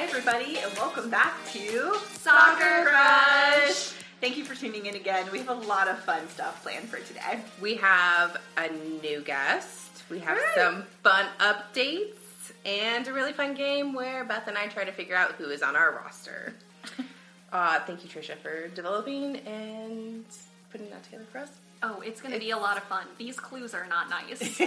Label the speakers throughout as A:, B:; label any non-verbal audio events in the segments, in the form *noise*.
A: everybody, and welcome back to
B: Soccer Crush.
A: Thank you for tuning in again. We have a lot of fun stuff planned for today.
B: We have a new guest. We have
A: Right.
B: some fun updates and a really fun game where Beth and I try to figure out who is on our *laughs* roster. uh, thank you, Trisha, for developing and putting that together for us.
C: Oh, it's going to be a lot of fun. These clues are
B: *laughs*
C: not nice.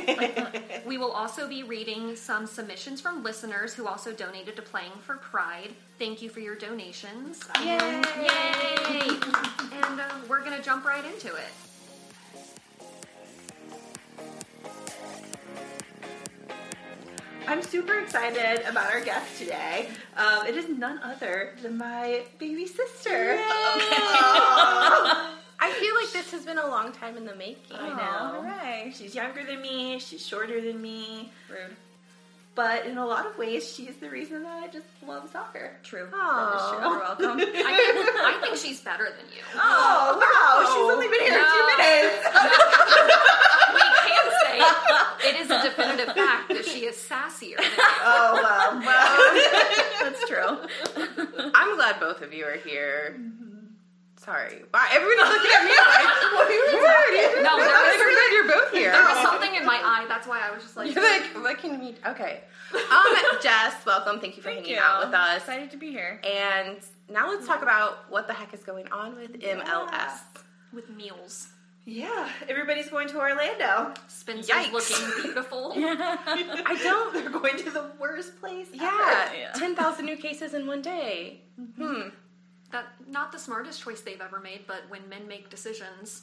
C: we will also be reading some submissions from listeners who also donated to Playing for Pride. Thank you for your donations.
B: Yay!
C: Yay! and uh, we're going to jump right into it.
A: I'm super excited about our guest today. Um, it is none other than my baby sister. *laughs*
B: I feel like this has been a long time in the making.
A: I
B: *laughs*
A: know. Hooray. She's younger than me, she's shorter than me,
B: Rude.
A: but in a lot of ways, she's the reason that I just love soccer. True.
B: Aw,
A: true. *laughs*
B: you're welcome.
C: I think, I think she's better than you.
A: Oh, wow. She's only been here
C: No.
A: two minutes.
C: We can say it is a definitive fact that she is sassier. Than you.
A: Oh, wow. wow.
B: That's true. I'm glad both of you are here. Sorry. Wow, everyone's looking at me like, what are you doing?
C: No, there was-
B: I'm so glad you're both here.
C: There was something in my eye. That's why I was just like,
B: *laughs* You're like, what can we? Okay. Um, Jess, welcome. Thank you for hanging out with us.
D: Excited to be here.
B: And now let's talk about what the heck is going on with MLS.
C: with meals.
A: Yeah, everybody's going to Orlando.
C: Spencer's
B: Yikes.
C: looking beautiful.
B: I don't.
A: They're going to the worst place. *laughs*
B: *laughs* Yeah,
D: Yeah.
B: ten thousand new cases in one day. Hmm.
C: That not the smartest choice they've ever made, but when men make decisions,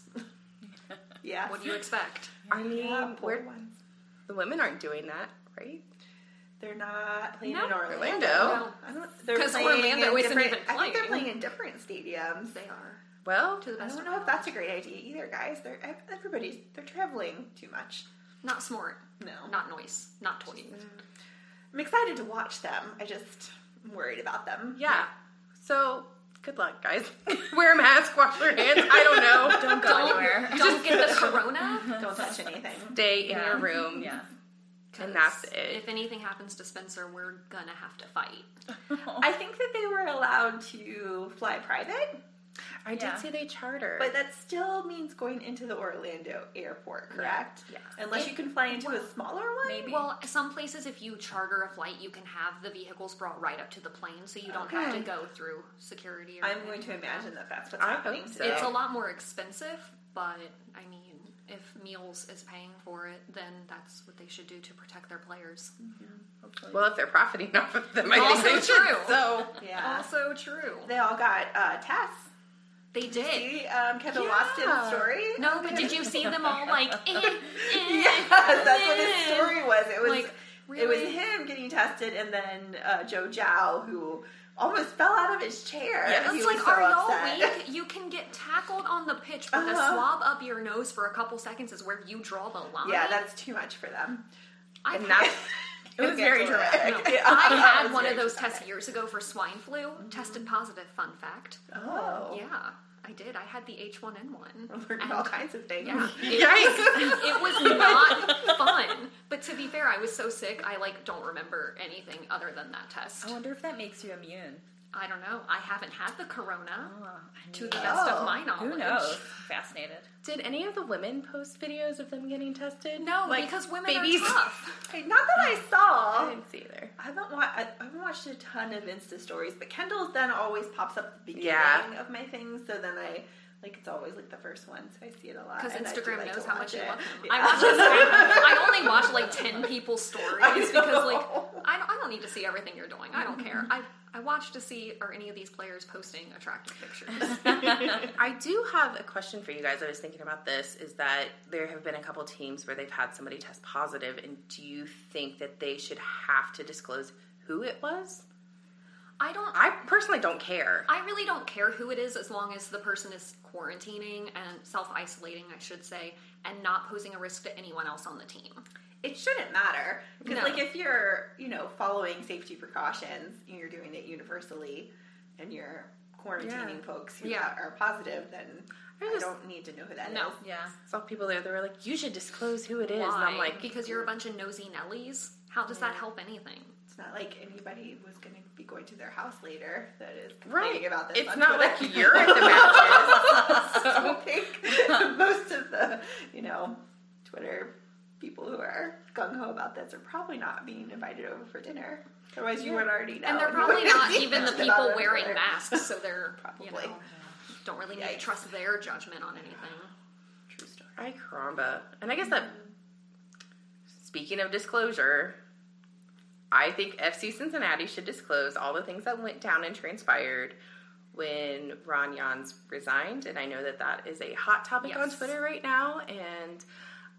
A: Ever. Yeah.
C: what do you expect?
B: I mean,
A: Yeah, poor
B: we're,
A: ones.
B: the women aren't doing that, right?
A: They're not playing
C: No.
A: in Orlando.
B: Orlando.
A: I don't. They're
C: 'Cause
A: playing
C: Orlando
A: in
C: isn't
A: different-
C: even
A: I think they're
C: playing.
A: playing in different stadiums.
C: They are
B: Well,
C: to the
A: I
C: best.
A: don't
C: of
A: know if
C: my
A: that's a great idea either, guys. They're ev- everybody's they're traveling too much.
C: knowledge. not smart,
A: No,
C: not noise, not toy.
A: I'm excited to watch them. I just am worried about them.
B: yeah. So good luck, guys. *laughs* Wear a mask, wash your hands. I don't know.
D: Don't go anywhere.
C: Don't get
A: *laughs*
C: the corona.
A: Don't touch anything.
B: Stay in
D: Yeah.
B: your room.
D: Yeah.
B: And that's
C: 'cause
B: it.
C: If anything happens to Spencer, we're gonna have to fight.
A: I think that they were allowed to fly private,
B: I did
D: Yeah.
B: see they charter.
A: but that still means going into the Orlando airport, correct?
B: Yeah.
A: Unless you can fly into a smaller one.
D: Maybe.
C: Well, some places, if you charter a flight, you can have the vehicles brought right up to the plane, so you don't have to
A: Okay.
C: go through security. Or
A: I'm going to
C: anything like that.
A: imagine that that's what's
B: I
A: happening.
B: hope so.
A: today.
C: It's a lot more expensive, but I mean, if Meals is paying for it, then that's what they should do to protect their players.
B: Well, if they're profiting off of them, I
C: Also
B: think they should.
C: true.
B: So
A: Yeah.
C: Also true.
A: They all got uh, tests.
C: They did.
A: See, um, Kevin
B: Yeah.
A: Lofton's story. *laughs*
C: No, but did you see them all like? Eh, eh,
A: Yes, that's what his
C: eh.
A: story was. It was
C: Like,
A: it was
C: really?
A: him getting tested, and then uh, Joe Zhao who almost fell out of his chair.
B: Yes.
A: He
C: It's
A: was
C: like,
A: so
C: are
A: upset.
C: y'all weak? You can get tackled on the pitch with a
A: Uh-huh.
C: swab up your nose for a couple seconds is where you draw the
A: *laughs*
C: line.
A: Yeah, that's too much for them.
C: I
B: and
C: had-
B: that's it was very dramatic.
A: *laughs*
C: *laughs* no.
A: Yeah,
C: I
A: that
C: had
A: was
C: one of
A: very
C: those
A: dramatic.
C: tests years ago for swine flu. Tested positive. Fun fact.
A: Oh,
C: Yeah, I did. I had
A: *laughs*
C: the H1N1.
A: We're doing all kinds of things. *laughs*
C: Yeah.
B: Yikes!
C: It was not fun. But to be fair, I was so sick, I like don't remember anything other than that test.
D: I wonder if that makes you immune.
C: I don't know. I haven't had the corona to the
D: mean,
C: best
A: Oh,
C: of my knowledge.
D: who knows? Fascinated.
B: Did any of the women post videos of them getting tested?
C: No,
B: Like,
C: because women
B: babies.
C: are
A: *laughs*
C: tough.
A: Hey, not that I saw.
B: I didn't see either.
A: I haven't watched. I I haven't watched a ton of Insta stories, but Kendall's then always pops up at the beginning
B: Yeah.
A: of my things. So then I like it's always like the first one, so I see it a lot.
C: Because
A: and I do
C: Instagram
A: like to
C: knows how
A: watch
C: much you
A: it.
C: love them.
A: *laughs* Yeah.
C: I watch Instagram. I only watch like ten people's
A: I
C: stories because like
A: know.
C: I don't, I don't need to see everything you're doing. I don't care. I I watch to see are any of these players posting attractive pictures.
A: *laughs*
B: I do have a question for you guys. I was thinking about this is that there have been a couple teams where they've had somebody test positive, and do you think that they should have to disclose who it was?
C: I don't
B: I personally don't care.
C: I really don't care who it is as long as the person is quarantining and self isolating, I should say, and not posing a risk to anyone else on the team.
A: it shouldn't matter because
C: No.
A: like if you're you know following safety precautions and you're doing it universally and you're quarantining
B: Yeah.
A: folks who
C: Yeah.
A: are positive then
B: I
A: I
B: just-
A: don't need to know who that is.
C: No.
D: Yeah.
B: Saw people there that were like, "You should disclose who it is,"
C: Why?
B: and I'm like,
C: because you're a bunch of nosy Nellies. How does that help anything?
B: it's
A: not like anybody was going to be going to their house later that is
B: Right.
A: complaining about this.
B: It's
A: on
B: not
A: Twitter.
B: *laughs* like you're at the matches.
A: *laughs* I
B: So-
A: don't think
C: *laughs*
A: most of the, you know, Twitter people who are gung ho about this are probably not being invited over for dinner. Otherwise, you would already know. *laughs*
C: And they're
A: You
C: probably
A: wouldn't
C: not
A: be
C: even the
A: posted
C: people
A: on
C: wearing
A: Twitter.
C: masks, so they're probably
A: Probably.
C: don't really need to
A: Yikes.
C: trust their judgment on anything.
A: True story.
B: I caramba. And I guess that, speaking of disclosure, I think FC Cincinnati should disclose all the things that went down and transpired when Ron Jans resigned. And I know that that is a hot topic on
C: Yes.
B: Twitter right now. And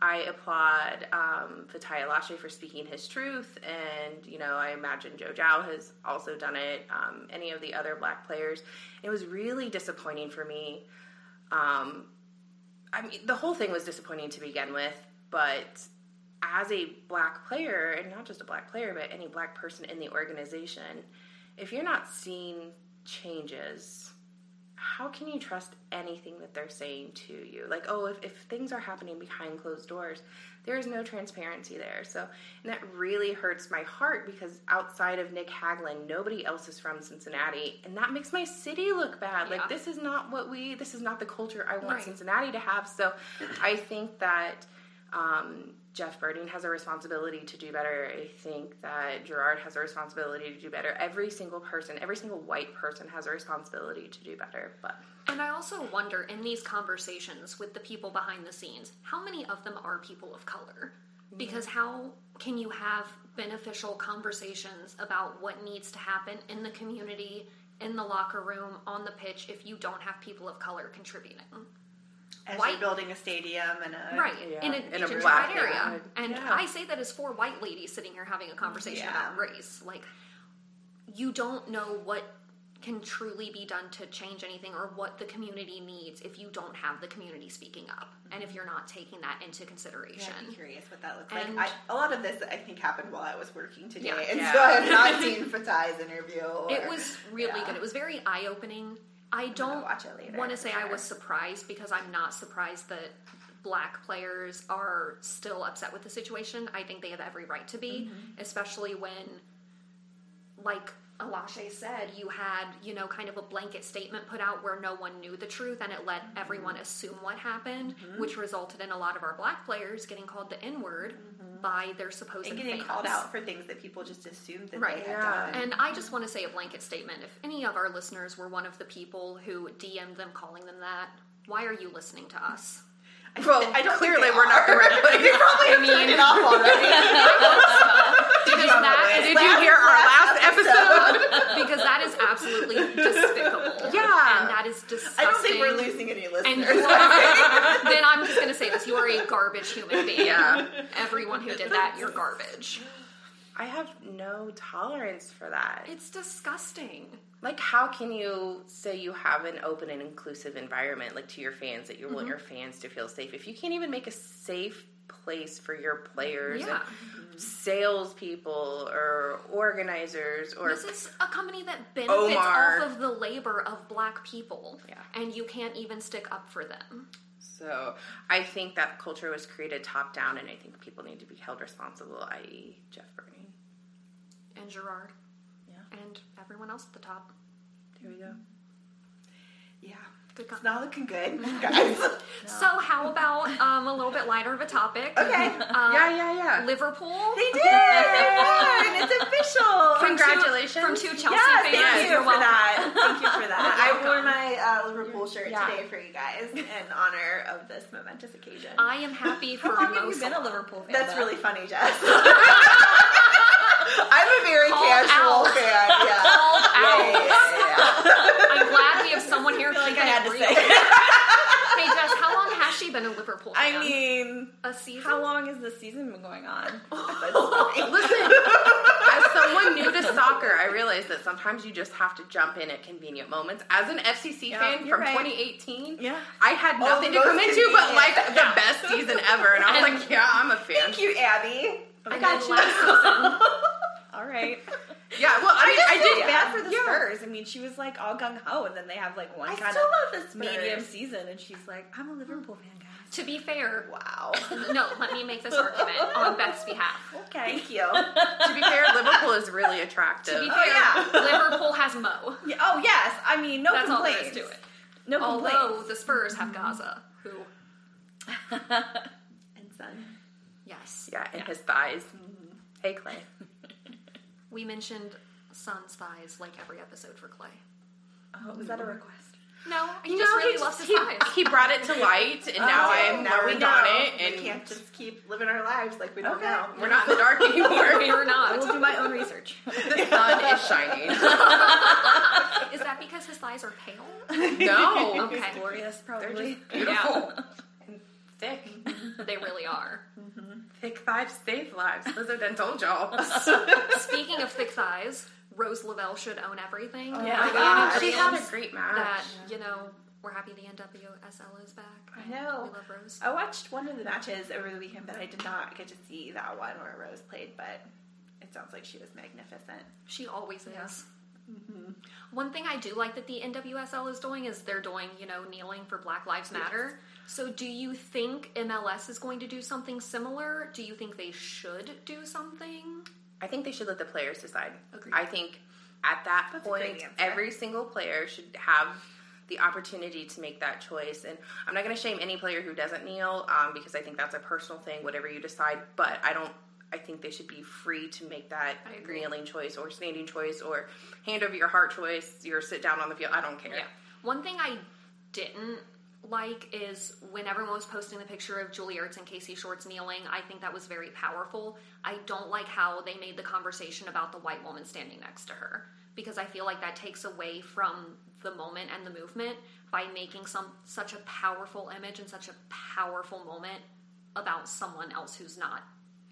B: I applaud um, Fatai Lashe for speaking his truth. And, you know, I imagine Joe Zhao has also done it, um, any of the other black players. It was really disappointing for me. Um, I mean, the whole thing was disappointing to begin with, but as a black player, and not just a black player, but any black person in the organization, if you're not seeing changes, how can you trust anything that they're saying to you? Like, oh, if, if things are happening behind closed doors, there is no transparency there. So, and that really hurts my heart because outside of Nick Haglin, nobody else is from Cincinnati, and that makes my city look bad.
C: Yeah.
B: Like, this is not what we, this is not the culture I want
C: Right.
B: Cincinnati to have. So, I think that um, Jeff Birding has a responsibility to do better. I think that Gerard has a responsibility to do better. Every single person, every single white person has a responsibility to do better. But
C: And I also wonder in these conversations with the people behind the scenes, how many of them are people of color? Because how can you have beneficial conversations about what needs to happen in the community, in the locker room, on the pitch, if you don't have people of color contributing?
A: As
C: White-
A: you're building a stadium and a
C: Right,
B: Yeah,
C: in, a,
B: in a
C: gentrified
B: black
C: area.
B: neighborhood.
C: And
B: Yeah.
C: I say that as four white ladies sitting here having a conversation
A: Yeah.
C: about race. Like, you don't know what can truly be done to change anything or what the community needs if you don't have the community speaking up and if you're not taking that into consideration.
A: Yeah, I'd be curious what that looks
C: And-
A: like. I, a lot of this, I think, happened while I was working today,
C: Yeah.
A: and
B: Yeah.
A: so I have
C: *laughs*
A: not seen Fatai's interview. Or,
C: It was really
A: yeah.
C: good. It was very eye opening. I don't
A: watch it later,
C: want to
A: for
C: say I
A: sure.
C: was surprised because I'm not surprised that black players are still upset with the situation. I think they have every right to be,
A: Mm-hmm.
C: especially when, like Alashe said, you had, you know, kind of a blanket statement put out where no one knew the truth and it let
A: Mm-hmm.
C: everyone assume what happened, which resulted in a lot of our black players getting called the N word by their supposed
A: Mm-hmm. and getting
C: fans.
A: called out for things that people just assumed that
C: Right,
A: they had
B: yeah.
A: done.
C: And I just want to say a blanket statement. If any of our listeners were one of the people who DM'd them calling them that, why are you listening to us?
A: *laughs* I,
B: well,
A: think- I don't think
B: clearly
A: they
B: we're not
A: *laughs*
B: the
A: are.
B: *laughs* right place.
A: They probably have turned it off
C: *laughs*
A: already.
C: Because
B: that, did
C: that,
B: you hear our last episode?
C: because that is
B: *laughs*
C: absolutely despicable.
B: Yeah.
C: And that is disgusting.
A: I don't think we're losing any listeners.
C: And you are, *laughs* then I'm just going to say this you are a garbage human being.
B: Yeah.
C: Everyone who did that, you're garbage.
B: I have no tolerance for that.
C: It's disgusting.
B: Like, how can you say you have an open and inclusive environment, like to your fans, that you
C: Mm-hmm.
B: want your fans to feel safe if you can't even make a safe place for your players
C: Yeah.
B: and salespeople or organizers or
C: This is a company that benefits
B: Omar.
C: off of the labor of black people,
B: Yeah.
C: and you can't even stick up for them.
B: So I think that culture was created top down, and I think people need to be held responsible, i.e., Jeff Burning.
C: and Gerard.
B: Yeah.
C: And everyone else at the top.
B: There we go.
A: *laughs* yeah,
C: Good
A: it's
C: con-
A: not looking
C: *laughs*
A: good, guys. *laughs*
C: So how about um, a little bit lighter of a topic?
A: Okay.
C: Uh,
B: yeah, yeah, yeah.
C: Liverpool.
A: they did.
C: *laughs*
A: They won. It's official.
C: From two-
B: Congratulations.
C: from two Chelsea
A: Yes,
C: fans.
A: thank you
C: You're
A: for *laughs*
C: welcome.
A: that. Thank you for that. I wore
C: welcome.
A: my uh, Liverpool shirt
B: yeah.
A: today for you guys in honor of this momentous occasion.
C: I am happy for
D: How long have you
C: most
D: been a
C: of-
D: Liverpool fan?
A: That's
D: though?
A: really funny, Jess. *laughs* I'm a very
C: Called
A: casual *laughs*
C: out.
A: fan. Yeah.
C: Called
A: Yeah, yeah, yeah,
C: out.
A: yeah, yeah.
C: I'm glad we have someone here.
A: I feel like
C: who
A: I had to
C: agrees.
A: say.
C: Hey Jess, how long has she been a Liverpool fan?
D: I mean,
C: a season.
D: how long has this season been going on?
B: Listen, as someone new to soccer, I realized that sometimes you just have to jump in at convenient moments. As an FCC
D: Yeah,
B: fan
D: you're
B: from
D: right.
B: 2018,
D: Yeah.
B: I had nothing to
A: most
B: come into but
A: convenient.
B: like the best season ever, and I was like, yeah, I'm a fan.
A: Thank you, Abby. I
C: And
A: got
C: then
A: you.
C: last season-
D: All right. *laughs*
B: Yeah, well, I, mean, I
A: I
B: did
A: feel bad for the
B: yeah.
A: Spurs. I mean, she was like
D: like all gung ho, and then they have like one
A: I
D: kind
A: still
D: of
A: love this bird.
D: medium season, and she's like, "I'm a Liverpool fan, guys."
C: To be fair,
A: Wow.
C: no, let me make this argument on Beth's behalf.
D: Okay.
A: Thank you.
B: to be fair, Liverpool is really attractive.
C: To be
D: Oh,
C: fair,
D: yeah.
C: Liverpool has Mo.
D: *laughs* Yeah, Oh yes, I mean no
C: That's all there
D: complaints.
C: is to it.
D: No
C: Although the Spurs have Gaza, who,
D: complaints.
A: and son.
C: yes.
B: yeah, and his thighs. Hey, Clay.
C: We mentioned Son's thighs like every episode for Clay.
D: oh, was that a request?
C: No, he
B: You
C: just
B: know,
C: really
B: he,
C: loves
B: just-
C: his
B: he, *laughs*
C: thighs.
B: he brought it to light, and now
A: Oh,
B: I'm
A: now we
B: learned
A: know.
B: on it, and
A: we can't just keep living our lives like we don't
D: Okay.
A: know.
B: we're not in the dark anymore.
C: Or not.
D: I will do my own *laughs* research.
B: the sun is shining.
C: Is that because his thighs are pale?
B: No,
C: Okay.
D: Glorious,
B: they're
D: probably.
B: just beautiful. Thick,
C: They really are.
B: thick thighs save lives. Those are dental *laughs* jobs.
C: Speaking of thick thighs, Rose Lavelle should own everything.
A: Yeah.
C: Like,
A: gosh.
C: Annie
B: she had a
C: Williams,
B: great match.
C: that you know we're happy the NWSL is back.
A: I know.
C: We love Rose.
A: I watched one of the matches over the weekend, but I did not get to see that one where Rose played. But it sounds like she was magnificent.
C: She always is. Mm-hmm. One thing I do like that the NWSL is doing is they're doing, you know, kneeling for Black Lives Matter. So, do you think MLS is going to do something similar? Do you think they should do something?
B: I think they should let the players decide.
C: Agreed.
B: I think at that
A: That's a great
B: point,
A: answer.
B: every single player should have the opportunity to make that choice. And I'm not going to shame any player who doesn't kneel um, because I think that's a personal thing, whatever you decide. But I don't. I think they should be free to make that
C: I agree.
B: kneeling choice or standing choice or hand over your heart choice, your sit down on the field. I don't care.
C: Yeah. One thing I didn't like is when everyone was posting the picture of Julie Ertz and Casey Shorts kneeling, I think that was very powerful. I don't like how they made the conversation about the white woman standing next to her because I feel like that takes away from the moment and the movement by making some such a powerful image and such a powerful moment about someone else who's not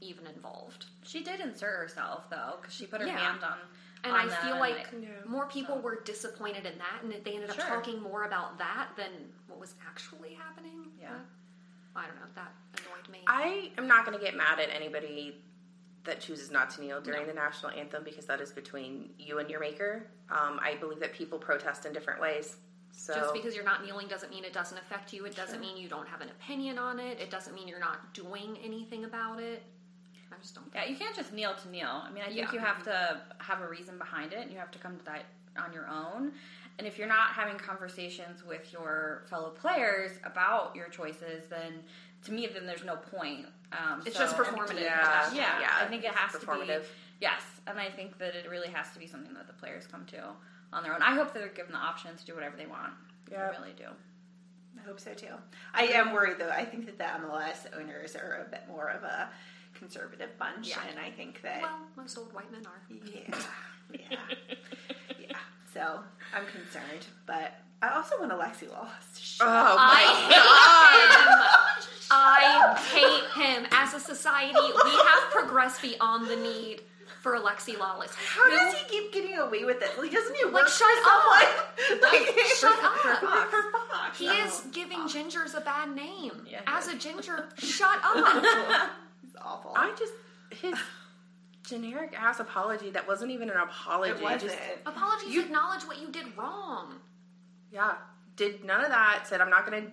C: even involved.
D: She did insert herself though, because she put her
C: Yeah.
D: hand on.
C: And
D: on
C: I
D: them
C: feel
D: and,
C: like
B: Yeah.
C: more people were disappointed in that, and they ended
D: Sure.
C: up talking more about that than what was actually happening.
D: Yeah.
C: Uh, I don't know. That annoyed me.
B: I am not going to get mad at anybody that chooses not to kneel during the national anthem because that is between you and your maker. Um, I believe that people protest in different ways. So
C: Just because you're not kneeling doesn't mean it doesn't affect you. It doesn't mean you don't have an opinion on it. It doesn't mean you're not doing anything about it. I just don't.
D: Yeah, you can't just kneel to kneel. I mean, I think
C: Yeah.
D: you have to have a reason behind it, and you have to come to that on your own. And if you're not having conversations with your fellow players about your choices, then to me, then there's no point. Um,
C: It's
D: so-
C: just performative.
B: Yeah.
D: Yeah,
B: Yeah,
D: I think it has to
B: performative.
D: be. Yes, and I think that it really has to be something that the players come to on their own. I hope that they're given the option to do whatever they want.
B: Yeah.
D: I really do.
A: I hope so too. I am worried though. I think that the MLS owners are a bit more of a conservative bunch,
C: Yeah.
A: and I think that
C: Well, most old white men are.
A: yeah,
C: *laughs*
A: yeah, yeah. So I'm concerned, but I also want Alexi lost. to shut
C: Uh,
A: up.
B: oh
C: I
B: my
C: hate him. I hate him. As a society, we have progressed beyond the need for Alexi Lawless.
A: How does he keep getting away with it? Like, doesn't he work for
C: shut up.
A: someone? *laughs* Like,
C: shut up.
A: For Fox. For Fox.
C: He is giving gingers a bad name.
D: Yeah, he
C: As
D: is.
C: a *laughs* ginger, shut up.
A: *laughs* He's awful.
B: I just his generic ass apology that wasn't even an apology.
A: it wasn't.
B: Just
C: Apologies, acknowledge what you did wrong.
B: yeah, did none of that. Said I'm not going to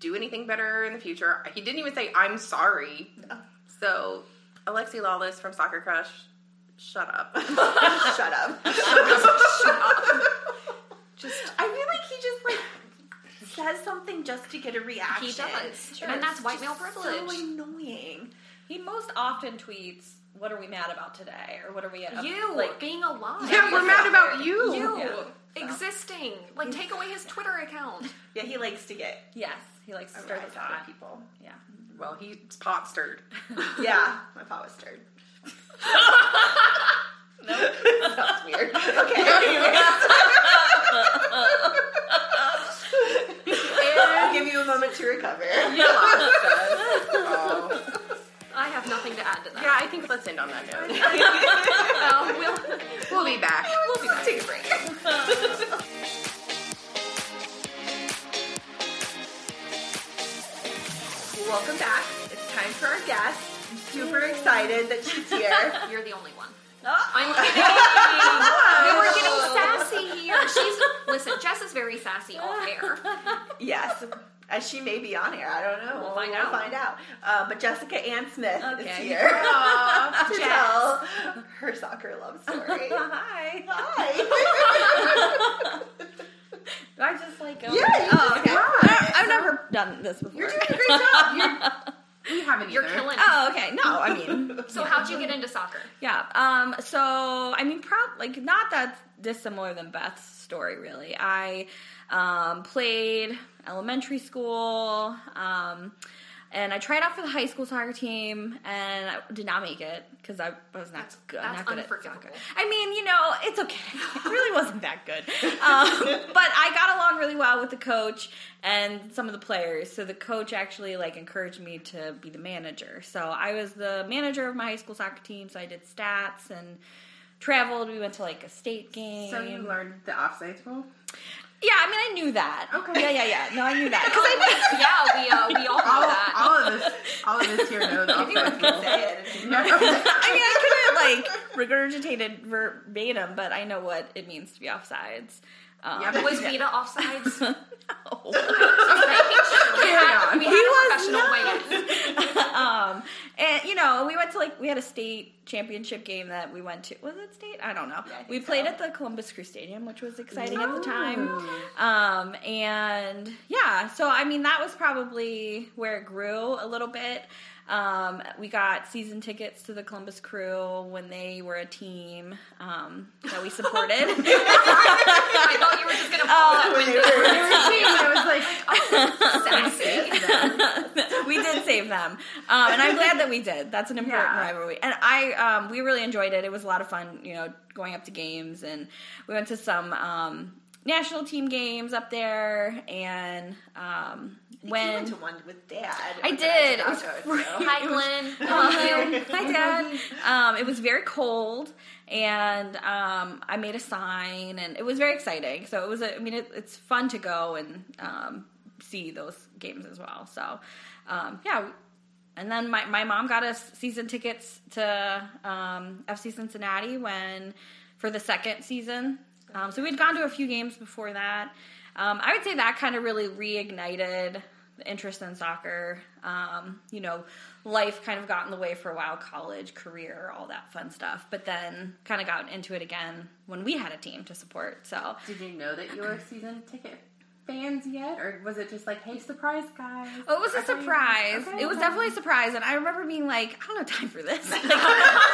B: do anything better in the future. He didn't even say I'm sorry. So Alexi Lawless from Soccer Crush, shut up. *laughs*
A: *laughs* Shut up.
C: Just
A: I feel like he just like says something just to get a reaction.
C: he does.
D: Sure.
C: And that's white male
A: So
C: privilege.
A: annoying.
D: He most often tweets, "What are we mad about today?" or "What are we up-
C: you
D: like?"
C: being alive.
B: yeah,
C: *laughs*
B: we're mad about you.
C: You
D: Yeah, so.
C: existing. Like take away his Twitter account.
A: Yeah, he likes to get
D: Yes, he likes to stir
A: around
D: the
A: other
D: pot.
A: people.
D: Yeah.
B: Well, he's pot stirred.
A: Yeah, my pot was
C: *laughs*
A: stirred.
D: No.
A: Sounds weird.
C: *laughs*
A: Okay. anyways. I'll give you a moment to recover.
B: oh.
C: I have nothing to add to that.
B: Yeah, I think let's end on that note.
C: Um, we'll,
B: *laughs* We'll be back.
A: We'll be back. *laughs* Take a break. Welcome back. It's time for our guest. I'm super excited that she's here.
D: *laughs*
C: you're the only one. Oh. I'm kidding. we were getting sassy here. She's listen. Jess is very sassy off *laughs* air.
A: Yes. Uh, she may be on air. I don't know.
D: We'll find out.
A: find out. Uh, but Jessica Ann Smith is
D: Okay.
A: here
B: Aw,
A: *laughs* to
B: Jess.
A: tell her soccer love
D: *laughs*
A: story.
D: Hi.
A: Hi.
D: I just like go.
A: yeah, you
D: Oh,
A: just
D: okay.
A: cried.
D: I've never done this before. *laughs*
A: You're doing a great job. You're,
B: We haven't
C: You're
B: either.
C: killing. it.
D: oh, okay. No, I mean,
C: So how'd you get into soccer?
D: yeah. Um, so I mean, prob like not that dissimilar than Beth's story, really. I um, played elementary school, um, and I tried out for the high school soccer team, and I did not make it because I was not good.
C: that's
D: not good at
C: unforgivable.
D: soccer. I mean, you know, it's okay. *laughs* It really wasn't that good. *laughs* Um, but I got along really well with the coach and some of the players. So the coach actually like encouraged me to be the manager. So I was the manager of my high school soccer team. So I did stats and traveled. We went to like a state game.
B: So you learned the offsides rule?
D: yeah, I mean, I knew that.
B: Okay.
D: Yeah, yeah, yeah. No, I knew that. *laughs* 'Cause I-
C: yeah, we uh, we all know
B: All,
C: that.
B: all of us, all of us here know *laughs* the offsides rule. *laughs*
D: I mean, I could have like regurgitated verbatim, but I know what it means to be offsides. Um,
B: Yeah, but-
C: Was Vita offsides?
D: *laughs* no.
C: we had, we had a
D: was
C: professional weigh in.
D: um, and you know, we went to like we had a state championship game that we went to. Was it state? I don't know.
A: Yeah, I think
D: we played
A: so.
D: at the Columbus Crew Stadium, which was exciting at the time. Um, and yeah, so I mean, that was probably where it grew a little bit. Um, we got season tickets to the Columbus Crew when they were a team um, that we supported.
A: *laughs*
D: Uh,
C: I thought you were just gonna pull that
A: when they were-
C: window.
B: I was like,
C: Sassy.
D: *laughs* we did save them, um, and I'm glad that we did. That's an important
B: Yeah.
D: rivalry, and I um, we really enjoyed it. It was a lot of fun, you know, going up to games, and we went to some um, national team games up there, and um,
A: when
D: when
A: to one with dad.
D: I did. It was
A: Chicago,
D: *laughs*
A: so.
C: Hi, Glenn.
D: Um, Hi, Dad. Um, it was very cold, and um, I made a sign, and it was very exciting. So it was, a, I mean, it, it's fun to go and um, see those games as well. So, um, yeah. And then my, my mom got us season tickets to um, FC Cincinnati when for the second season. Um, so we'd gone to a few games before that. Um, I would say that kind of really reignited the interest in soccer. Um, you know, life kind of got in the way for a while, college, career, all that fun stuff. But then kind of got into it again when we had a team to support. So
B: Did you know that you were season ticket fans yet, or was it just like, hey, surprise, guys?
D: Oh, it was a surprise.
B: Okay,
D: it was
B: okay.
D: definitely a surprise, and I remember being like, I don't have time
B: *laughs*
D: for this. Like, this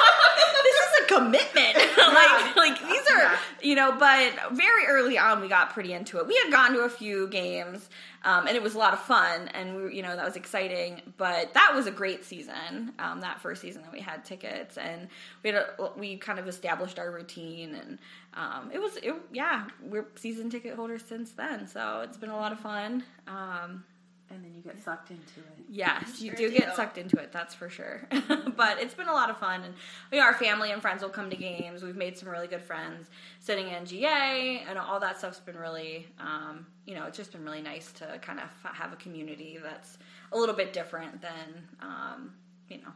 D: is a commitment. *laughs* like, like these are,
B: Yeah.
D: you know. But very early on, we got pretty into it. We had gone to a few games, um, and it was a lot of fun, and we, you know, that was exciting. But that was a great season. Um, that first season that we had tickets, and we had a, we kind of established our routine, and um, it was, it, yeah, we're season ticket holders since then. So it's been a lot of fun. Um,
B: And then you get sucked into it.
D: Yes, you
A: sure
D: do
A: do.
D: get sucked into it, that's for sure. *laughs* but it's been a lot of fun, and you know, our family and friends will come to games. We've made some really good friends sitting in GA, and all that stuff's been really, um, you know, it's just been really nice to kind of f- have a community that's a little bit different than, um, you know,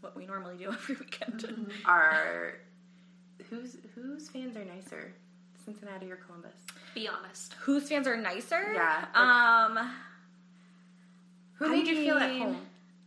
D: what we normally do *laughs* every weekend.
B: Are whose whose fans are nicer, Cincinnati or Columbus?
C: Be honest.
D: Whose fans are nicer?
B: Yeah.
D: Um,
B: Who
D: I
B: made you feel at
D: mean-
B: home?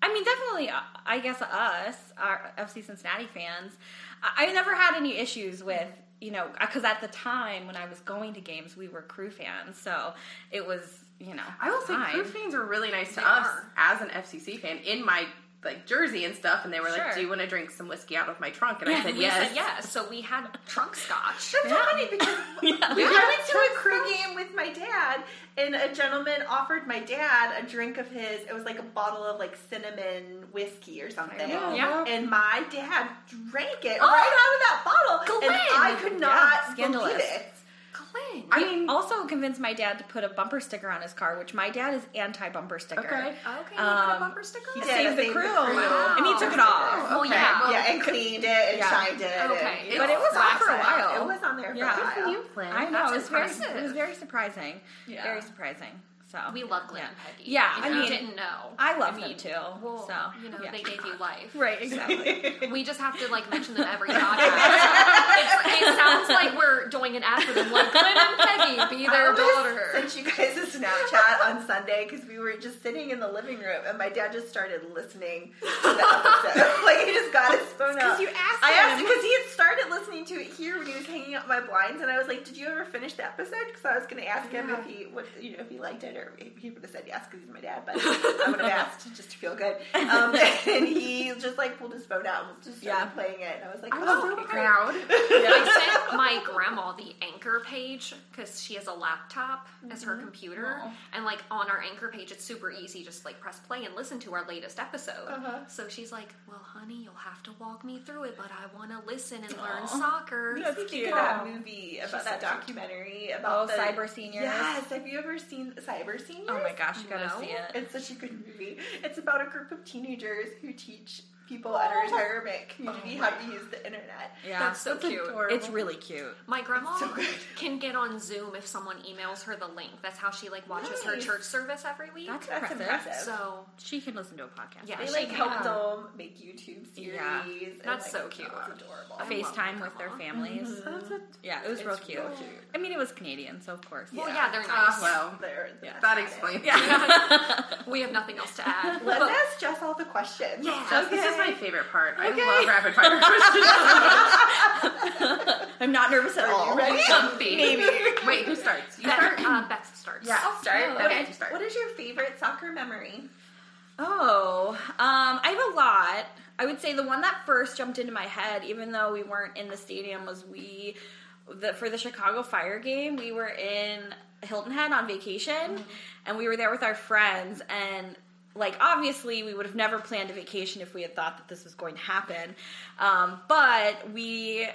D: I mean, definitely, uh, I guess us, our FC Cincinnati fans, I, I never had any issues with, you know, because at the time when I was going to games, we were crew fans. So it was, you know,
B: I will say, crew
D: fine.
B: fans were really nice to
C: They
B: us
C: are.
B: as an FCC fan in my like jersey and stuff, and they were
D: Sure.
B: like, "Do you want to drink some whiskey out of my trunk?" And I said,
C: We
B: "Yes."
C: said yes, so we had trunk scotch.
A: That's so funny
D: *laughs*
A: because *laughs* we
B: Yeah.
A: went to a crew game with my dad, and a gentleman offered my dad a drink of his. It was like a bottle of like cinnamon whiskey or something.
B: Yeah.
D: Oh, Yeah.
A: And my dad drank it
C: Oh.
A: right out of that bottle, and
C: Glenn.
A: I could not
D: Yeah, scandalous.
A: believe it.
C: Glenn.
B: I mean,
D: also convinced my dad to put a bumper sticker on his car, which my dad is anti bumper sticker.
B: okay.
C: Okay, you put a
D: Um,
C: bumper sticker.
A: he
C: on?
A: did.
D: Save
A: Yeah,
D: the
A: save the
D: crew.
A: crew.
C: Wow.
D: And he took it off.
B: Oh,
C: Well,
B: Okay.
C: yeah.
B: Well,
A: yeah, and cleaned it and
D: Yeah.
A: shined it. and-
C: Okay.
A: yeah.
C: But
D: it was on for a
A: Last time.
D: while.
A: It was on there for
D: Yeah.
A: a
D: Good
A: while.
B: Can you play?
D: I know
C: That's
D: it was very,
C: impressive.
D: it was very surprising.
A: Yeah.
D: Very surprising. So
C: We love Glenn
D: yeah.
C: and Peggy.
D: Yeah,
C: if
D: I
C: you
D: mean-
C: didn't know.
D: I love
C: I
D: them
C: mean,
D: too.
C: Well,
D: so
C: you know,
D: yeah.
C: they gave you life.
D: *laughs* right exactly.
C: We just have to like mention them
D: *laughs*
C: every podcast. It's- it sounds like we're doing an ad for them. Like Glenn and Peggy, be
A: I
C: their
A: almost
C: daughter.
A: Sent you guys a Snapchat on Sunday because we were just sitting in the living room and my dad just started listening to
B: *laughs*
A: the episode. *laughs* like he just got his phone out.
B: you asked
A: I asked
B: him.
A: because he had started listening to it here when he was hanging up my blinds, and I was like, "Did you ever finish the episode?" Because I was going to ask him if he, what, you know, if he liked it, or if he would have said yes because he's my dad. But I
B: *laughs*
A: would have asked just to feel good. Um, *laughs* and he just like pulled his phone out and just started
D: Yeah.
A: playing it, and I was like,
B: I was
A: "Oh,
B: really
A: okay."
B: proud. *laughs*
C: I sent my grandma the anchor page because she has a laptop as
A: Mm-hmm.
C: her computer,
D: Aw.
C: and like on our anchor page, it's super easy. Just like press play and listen to our latest episode.
A: Uh-huh.
C: So she's like, "Well, honey, you'll have to walk me through it, but I want to listen and
D: Aw.
C: learn soccer."
A: You know, speaking of that movie about that
C: so cute.
A: documentary about
D: Oh,
A: the
D: cyber seniors.
A: Yes, have you ever seen Cyber Seniors?
D: Oh my gosh, you gotta
C: No.
D: see it.
A: It's such a good movie. It's about a group of teenagers who teach people at a retirement community how to use the internet.
D: Yeah,
C: That's so cute.
D: it's really cute.
C: My grandma
A: so good.
C: can get on Zoom if someone emails her the link. That's how she like watches her
A: Nice.
C: church service every week.
D: That's,
A: That's
D: impressive.
A: impressive.
C: so
D: She can listen to a podcast.
C: Yeah.
A: They
C: she
A: like
C: can.
A: help them make YouTube series.
D: Yeah.
A: and,
C: That's
A: like,
C: so cute.
A: It's adorable.
C: I love
D: FaceTime
C: my
D: with their
C: grandma.
A: *laughs*
D: families.
A: That's a-
D: Yeah, it was
A: Mm-hmm. It's
D: real cute.
A: real cute.
D: I mean, it was Canadian, so of course.
C: well,
A: Yeah.
C: yeah, they're
B: Ah,
C: nice.
B: well,
A: they're the
D: Yeah.
A: best
B: that
A: at it.
B: explains. it.
D: Yeah.
C: we have nothing else to
A: *laughs*
C: add.
A: Let's
C: But-
A: ask Jess all the questions.
C: Yeah.
B: Jess, This is
A: Okay.
B: my favorite part.
A: Okay.
B: I love rapid fire questions.
D: I'm not nervous at
A: Are
D: all.
A: you ready?
C: Shouldn't be.
B: Wait, who starts? You
C: Beth,
B: start.
C: uh, Beth starts.
B: Yeah, I'll start.
D: Oh,
B: Okay,
D: okay.
B: you start.
A: What is your favorite soccer memory?
D: Oh, um, I have a lot. I would say the one that first jumped into my head, even though we weren't in the stadium, was we the, for the Chicago Fire game. We were in Hilton Head on vacation,
C: Mm-hmm.
D: and we were there with our friends. And like, obviously, we would have never planned a vacation if we had thought that this was going to happen. Um, but we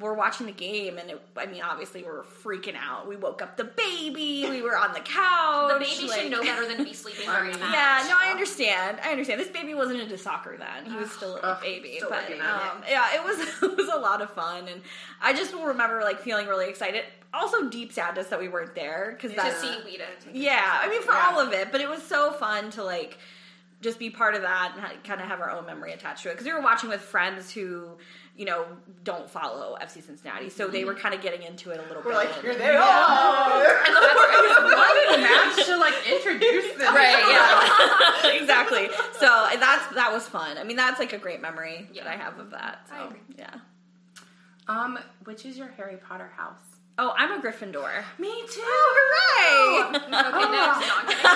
D: we're watching the game, and it, I mean, obviously, we were freaking out. We woke up the baby. We were on the couch.
C: The baby
D: like-
C: should know better than to be sleeping
B: I
C: during
B: mean,
C: that.
D: Oh, *laughs* yeah, no, I understand. I understand. This baby wasn't into soccer then; he was still a
B: Ugh,
D: baby.
A: still
D: but
A: working on
D: um, yeah, it was *laughs* it was a lot of fun, and I just will remember like feeling really excited. Also, deep sadness that we weren't there because
C: to
D: that's
C: see
D: *laughs*
C: Weeden.
D: yeah. I mean, for
A: Yeah.
D: all of it, but it was so fun to like just be part of that and ha- kind of have our own memory attached to it because we were watching with friends who you know don't follow FC Cincinnati, so they were kind of getting into it a little
A: Mm-hmm. We're
D: bit.
A: like,
D: and-
A: here they are.
B: I love it was one match to like introduce them.
D: Right, yeah. exactly. So and that's that was fun. I mean, that's like a great memory that
C: Yeah.
D: I have of that. So
C: I agree.
D: yeah.
B: Um, which is your Harry Potter house?
D: Oh, I'm a Gryffindor.
B: Me too.
D: Hooray!
C: Okay, no, she's not kidding.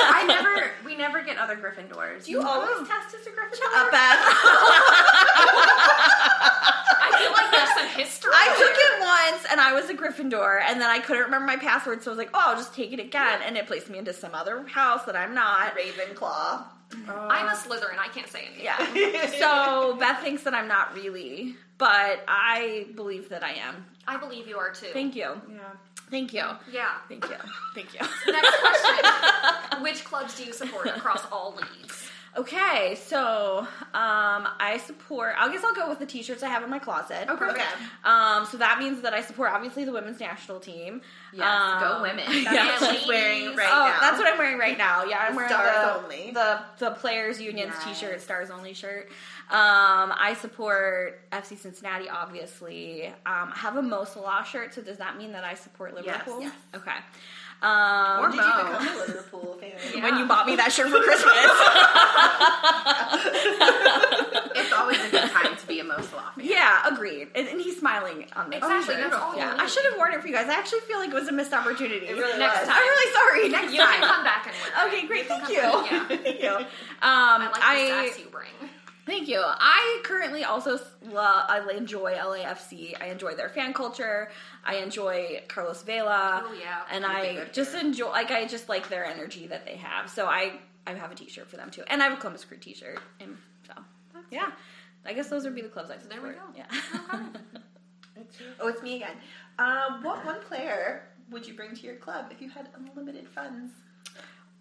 D: Oh.
B: I never. We never get other Gryffindors.
A: Do you always test as a Gryffindor?
D: Up, Beth.
C: *laughs*
D: *laughs*
C: I feel like there's some history.
D: I took
C: there.
D: it once and I was a Gryffindor and then I couldn't remember my password so I was like, oh, I'll just take it again and it placed me into some other house that I'm not.
A: Ravenclaw.
C: I'm a Slytherin. I can't say anything.
D: Yeah. So Beth thinks that I'm not really, but I believe that I am.
C: I believe you are too.
D: Thank you.
B: Yeah.
D: Thank you.
C: yeah.
D: Thank you. Thank you.
C: Next
D: *laughs*
C: question: Which clubs do you support across all leagues?
D: Okay, so um, I support. I guess I'll go with the T-shirts I have in my closet.
B: Okay.
A: Oh, Okay.
D: Um, so that means that I support obviously the women's national team.
B: Yes,
D: Um,
B: go women.
D: *laughs* yeah.
A: That's what she's
C: ladies.
A: wearing right
D: oh,
A: now.
D: that's what I'm wearing right now. Yeah, I'm
A: The
D: wearing
A: Stars
D: the,
A: Only.
D: the the players unions
B: Yes.
D: T-shirt, stars only shirt. Um, I support FC Cincinnati. Obviously, um, I have a Mo Salah shirt. So does that mean that I support Liverpool?
B: Yes.
D: Okay. Um,
B: Or
A: Did
B: Mo.
A: you become a Liverpool fan?
D: when you bought me
B: *laughs*
D: that shirt for Christmas.
B: It's always a good time to be a Mo Salah fan.
D: yeah, agreed. And, and he's smiling on me. Oh,
C: Exactly.
B: sure.
C: That's all you
D: Yeah,
C: need.
D: I should have worn it for you guys. I actually feel like it was a missed opportunity.
A: It really
C: Next
A: was.
D: I'm really sorry. Next
C: You can come back and wear. it.
D: Okay, great. Thank you.
C: You can come
D: *laughs*
C: back,
D: Thank you. Um,
C: I like
D: I,
C: the stats you bring.
D: thank you. I currently also s- love. I enjoy LAFC. I enjoy their fan culture. I enjoy Carlos Vela.
C: Oh, yeah.
D: And
B: He's a
D: I
B: good
D: just
B: player.
D: enjoy. Like I just like their energy that they have. So I I have a T-shirt for them too, and I have a Columbus Crew T-shirt. And so yeah, I guess those would be the clubs I support.
C: There we go.
D: Yeah.
A: Oh, it's me again. Um, what one player would you bring to your club if you had unlimited funds?
D: *laughs*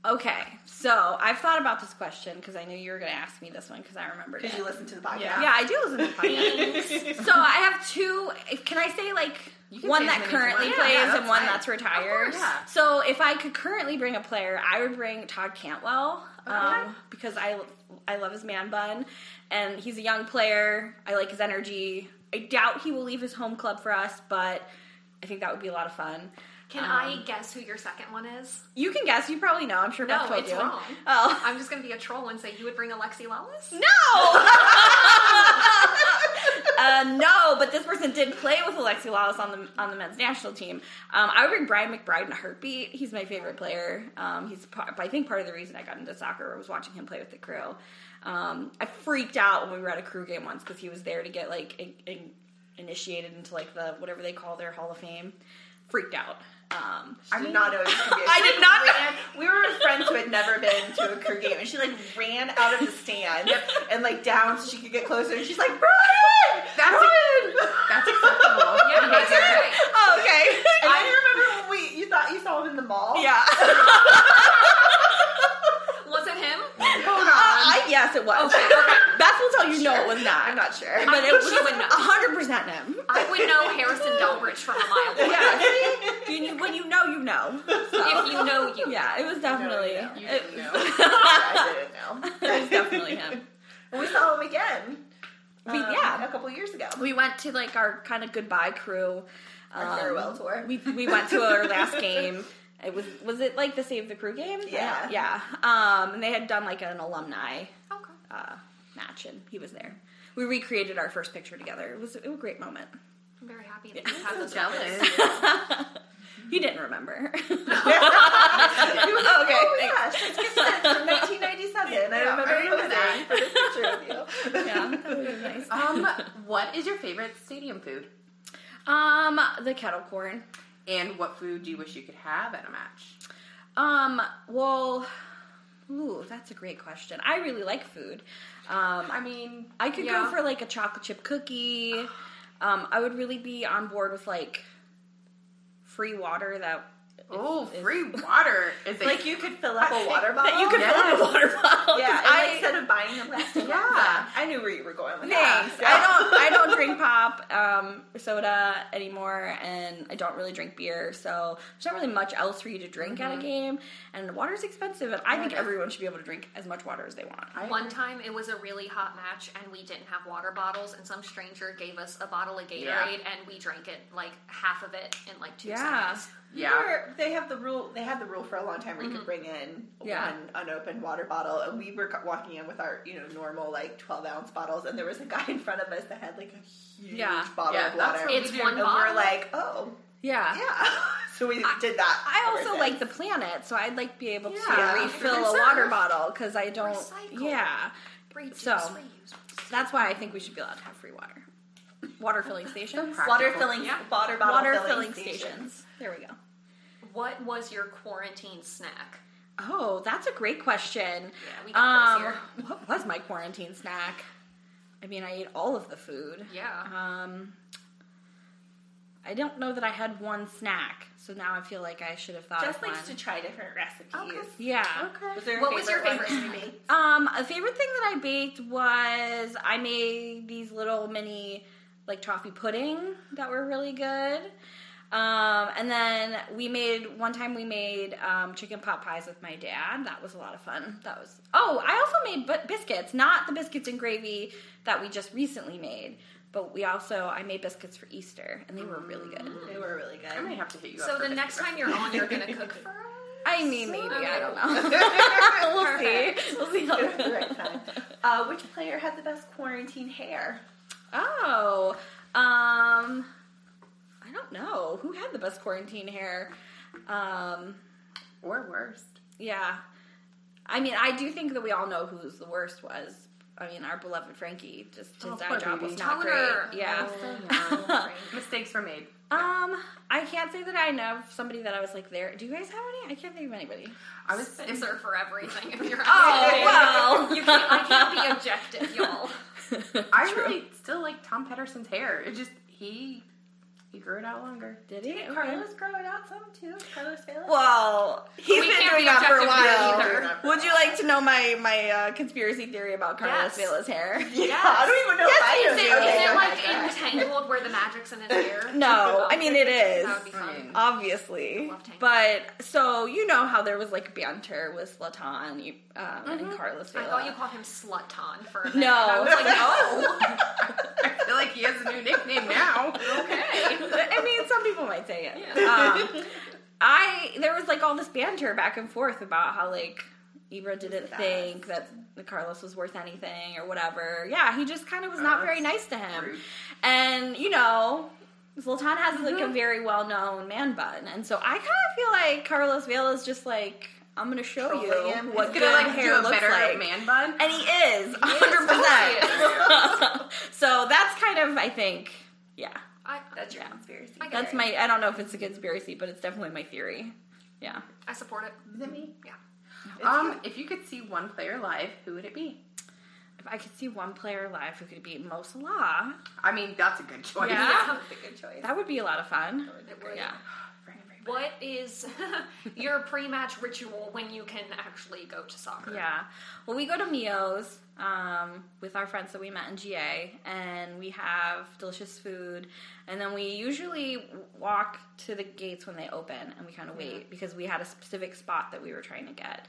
D: Okay, so I've thought about this question because I knew you were going to ask me this one because I remembered.
A: Because
D: it.
A: you listen to the podcast. *laughs*
D: yeah, I do listen to podcasts. so I have two. Can I say like
A: You can
D: one
A: say as
D: that
A: many as you
D: currently
A: want.
D: plays
A: Yeah, yeah,
D: and one
A: fine.
D: that's retired.
A: course. Yeah.
D: So if I could currently bring a player, I would bring Todd Cantwell
A: Okay.
D: um, because I I love his man bun, and he's a young player. I like his energy. I doubt he will leave his home club for us, but I think that would be a lot of fun.
C: Can I guess who your second one is?
D: You can guess. You probably know. I'm sure
C: No,
D: Beth told
C: it's
D: you.
C: wrong.
D: Oh *laughs*
C: I'm just gonna be a troll and say you would bring Alexi Lawless.
D: no! *laughs* uh, no, but this person did play with Alexi Lawless on the on the men's national team. Um, I would bring Brian McBride in a heartbeat. He's my favorite player. Um, he's par- I think part of the reason I got into soccer was watching him play with the crew. Um, I freaked out when we were at a crew game once because he was there to get like in, in- initiated into like the whatever they call their Hall of Fame. Freaked out. Um,
A: I did not know this could be a
D: I
A: crew.
D: did not
A: We ran- we were with friends who had never been to a crew game, and she like ran out of the stand and like down so she could get closer. And she's like, "Brian,
B: That's-
A: *laughs* Brian!"
B: That's *laughs* acceptable.
C: Yeah, that's right.
D: oh,
C: *laughs*
D: okay.
A: And I remember when we you thought you saw him in the mall.
D: *laughs*
A: *laughs*
D: yeah.
C: Was it him?
A: Hold
D: Uh,
A: on.
D: I yes, it was. *laughs* Beth will tell you no, it was not.
A: I'm not sure.
D: but it was
C: she would know.
D: hundred percent him.
C: I would know Harrison Delbridge from a mile away.
D: Yeah, see? *laughs* You- you- when you know, you know.
C: If you know you.
D: Yeah, it was definitely,
A: No, no,
D: it,
A: you didn't know. I didn't know.
D: *laughs* it was definitely him.
A: We saw him again.
D: We-
A: um,
D: yeah.
A: a couple years ago.
D: *laughs* We went to like our kind of goodbye crew, um,
A: Our farewell tour.
D: We we went to our last game. It was was it like the Save the Crew game?
A: Yeah.
D: yeah. Um, and they had done like an alumni
C: Okay.
D: uh, match, and he was there. We recreated our first picture together. It was, it was a great moment.
C: I'm very happy that you had those.
D: *laughs*
B: Jealous.
D: He didn't remember. *laughs*
A: He was like,
D: Okay,
A: Oh my
D: thanks.
A: gosh, that's Kiss Kiss
D: *laughs*
A: from 1997. I remember
B: I
A: him
B: remember
A: saying
B: that.
A: for this picture
D: *laughs*
A: with you.
D: yeah, that would have been nice.
B: Um, what is your favorite stadium food?
D: Um, the kettle corn.
B: And what food do you wish you could have at a match?
D: Um, well, ooh, that's a great question. I really like food. Um,
B: I mean,
D: I could
B: yeah.
D: go for like a chocolate chip cookie. Um, I would really be on board with like free water that
B: oh, free water. Is it
A: Like you could fill up a water bottle.
D: that you could fill in a water bottle.
A: Oh, Yeah,
D: *laughs* 'Cause
A: and
D: I
A: like, instead of buying the plastic.
B: Yeah.
A: I knew where you were going with that.
D: Thanks. I don't. I don't drink pop, um, soda anymore, and I don't really drink beer. So there's not really much else for you to drink at a game, and water's expensive. And I think
B: it is.
D: everyone should be able to drink as much water as they want.
C: One time it was a really hot match and we didn't have water bottles and some stranger gave us a bottle of Gatorade
B: Yeah.
C: and we drank it like half of it in like two
D: Yeah. Mm-hmm.
C: seconds.
B: yeah.
A: Remember, they have the rule. They had the rule for a long time where you could bring in
D: Yeah.
A: one unopened water bottle, and we were walking in with our you know normal like twelve ounce bottles, and there was a guy in front of us that had like a huge
D: Yeah.
A: bottle
B: Yeah,
A: of
B: that's
A: water.
B: what
C: It's
B: we do.
C: one
A: and we're
C: bottle.
A: like, oh
D: Yeah.
A: yeah. *laughs* so we did that.
D: I
A: ever
D: also
A: since.
D: like the planet, so I'd like to be able
B: Yeah.
D: to refill a water bottle because I don't.
C: Recycle.
D: Yeah.
C: Reduce,
D: So-
C: reuse, recycle.
D: That's why I think we should be allowed to have free water. Water filling stations.
B: practical.
A: water filling
C: Yeah.
A: water bottle
D: Water
A: filling,
D: filling stations. There we go.
C: What was your quarantine snack?
D: Oh, that's a great question. Um,
C: Yeah, we got those
D: *laughs* What was my quarantine snack? I mean, I ate all of the food.
C: Yeah.
D: Um, I don't know that I had one snack, so now I feel like I should have thought
A: Just
D: of
A: likes
D: one.
A: to try different recipes.
C: Okay.
D: yeah.
B: Okay.
A: there a
C: What was your
A: one
C: favorite
A: that you made?
D: Um, a favorite thing that I baked was I made these little mini like toffee pudding that were really good. Um, and then we made one time we made um, chicken pot pies with my dad. That was a lot of fun. That was oh, I also made bu- biscuits, not the biscuits and gravy that we just recently made, but we also I made biscuits for Easter, and they were really good.
A: They were really good.
B: I
A: *laughs*
B: may have to hit you up.
C: So
B: for
C: the
B: biscuit
C: next time you're on, you're gonna
D: *laughs*
C: cook for us.
D: I mean, maybe I don't know. *laughs* we'll see. We'll see. How
A: It was *laughs* the right time. Uh, which player had the best quarantine hair?
D: Oh, um, I don't know who had the best quarantine hair. Um,
B: or worst.
D: yeah, I mean, I do think that we all know who's the worst was. I mean, our beloved Frankie, just his
B: Oh,
D: dye
B: poor
D: job was
B: baby. Oh,
D: not
C: Toner.
D: great. Yeah. *laughs* Oh,
B: *laughs* Mistakes were made.
D: Um, I can't say that I know of somebody that I was like there. Do you guys have any? I can't think of anybody.
B: I was
C: Censor for everything if
D: *laughs*
C: you're
D: Oh, *laughs*
C: You can't, I can't be objective, y'all.
D: well.
B: I really still like Tom Pedersen's hair. It just he He grew it out longer.
D: Did he?
A: Carlos growing out some too. Carlos Vela. *laughs*
D: Well, he's
C: We
D: been
C: can't
D: doing
C: be
D: that for a
C: objective here
D: while.
A: either.
D: Would you like to know my my uh, conspiracy theory about
C: Yes.
D: Carlos
C: *laughs*
D: Vela's hair?
A: yeah, I don't even know if I know
C: Is it,
A: the
C: is
A: answer.
C: it like
A: *laughs*
C: entangled where the magic's in his hair?
D: No, I mean it is.
C: That would be fun.
D: Obviously,
C: Love tank.
D: but so you know how there was like banter with Latan um, and Carlos
C: Mm-hmm. I thought you
D: Vela.
C: called him Slutton for a minute.
D: No.
C: and I was
D: *laughs*
C: like, oh,
B: I feel like he has a new nickname now. *laughs*
C: okay.
D: I mean, some people might say it. Um, I there was like all this banter back and forth about how like Ibra didn't
A: best.
D: think that Carlos was worth anything or whatever. Yeah, he just kind of was not
B: Uh,
D: very nice to him. And you know, Zlatan has like
B: Mm-hmm.
D: a very well known man bun, and so I kind of feel like Carlos Vela is just like I'm going to show
A: Trolling
D: you
A: him.
D: what
A: He's
D: good
B: Gonna like
D: hair
B: do a
D: looks
B: better
D: like.
B: man bun.
D: And he is 100%. *laughs* so that's kind of I think yeah.
C: I,
A: That's your conspiracy.
C: I got
D: That's my I don't know if it's a conspiracy, but it's definitely my theory. Yeah.
C: I support it.
A: Is it me?
C: Yeah.
B: Um, if you could see one player live, who would it be?
D: If I could see one player live who could beat Mo Salah,
B: I mean, that's a good choice.
D: Yeah.
A: That's a good choice.
D: that would be a lot of fun. Yeah.
C: What is *laughs* your pre-match ritual when you can actually go to soccer?
D: Yeah. Well, we go to Mio's um, with our friends that we met in GA, and we have delicious food. And then we usually walk to the gates when they open, and we kind of wait because we had a specific spot that we were trying to get.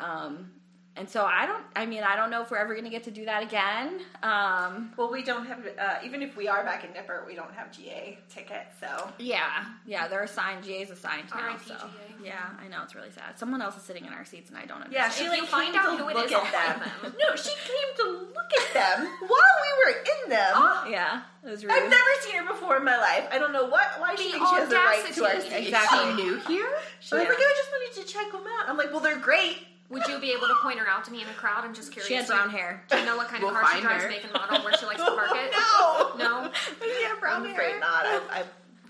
D: Um, and so I don't. I mean, I don't know if we're ever going to get to do that again. Um,
A: Well, we don't have uh, even if we are back in Nipper, we don't have GA ticket. So
D: yeah, yeah. They're assigned. GA's assigned now.
C: RIP
D: So
C: GA.
D: yeah, I know it's really sad. Someone else is sitting in our seats, and I don't. Understand.
A: yeah,
C: If you find
A: came
C: out
A: to
C: who it
A: look
C: is,
A: at
C: I'll find
A: them.
C: them.
A: *laughs* No, she came to look at them while we were in them.
D: Yeah, it was rude.
A: I've never seen her before in my life. I don't know what why she
C: The
A: thinks she has the right to our
C: audacity.
A: seat.
D: Exactly.
B: Is she new here?
A: She's like,
D: Yeah.
A: "Okay, I just wanted to check them out. I'm like, well, they're great.
C: Would you be able to point her out to me in the crowd? I'm just curious.
D: She had
C: Do
D: brown hair.
C: Do you know what kind
B: We'll
C: of car she
B: find
C: drives,
B: her.
C: make and model, where she likes to park
D: *laughs*
C: it?
A: Oh, *laughs* no,
C: No.
A: yeah, brown I'm afraid
D: hair.
A: not. I, I,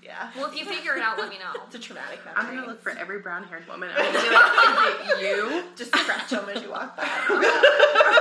A: yeah,
C: Well, if you figure it out, let me know.
A: it's a traumatic memory.
B: I'm gonna look for every brown-haired *laughs* woman. I'm gonna be like, is it
A: just scratch them as you walk by.
B: you? *laughs*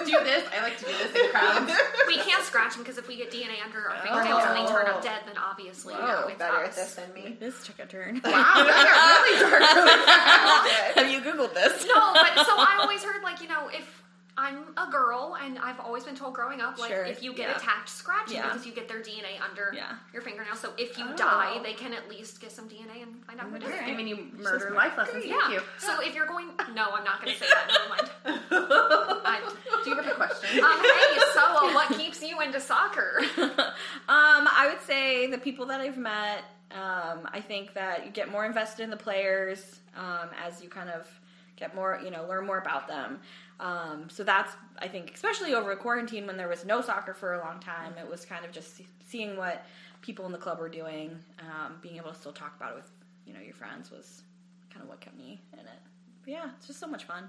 B: Do this. I like to do this in *laughs* crowds.
C: We can't scratch them because if we get DNA under our
D: Oh.
C: fingernails and they turn up dead, then obviously you know,
A: You're
C: it's
A: better at
C: us.
A: this than me.
D: This took a turn.
B: Wow, that got really
A: *laughs* Good.
B: dark.
D: Have you googled this?
C: No, but so I always heard like you know if I'm a girl and I've always been told growing up like
D: Sure,
C: if you get
D: yeah.
C: attacked, scratch them
D: Yeah.
C: because you get their DNA under
D: Yeah.
C: your fingernail. So if you
A: Oh.
C: die, they can at least get some DNA and find out who it is.
B: Just giving you
D: She's
B: murder
D: smart.
B: life lessons.
C: Yeah.
B: Thank you.
C: So if you're going, no, I'm not going to say that. Never mind. I'm-
B: Do you have a *laughs* question?
C: um, hey, so what keeps you into soccer?
D: *laughs* Um, I would say the people that I've met, um, I think that you get more invested in the players um, as you kind of get more, you know, learn more about them. Um, so that's, I think, especially over quarantine when there was no soccer for a long time, it was kind of just see- seeing what people in the club were doing, um, being able to still talk about it with, you know, your friends was kind of what kept me in it. But yeah, it's just so much fun.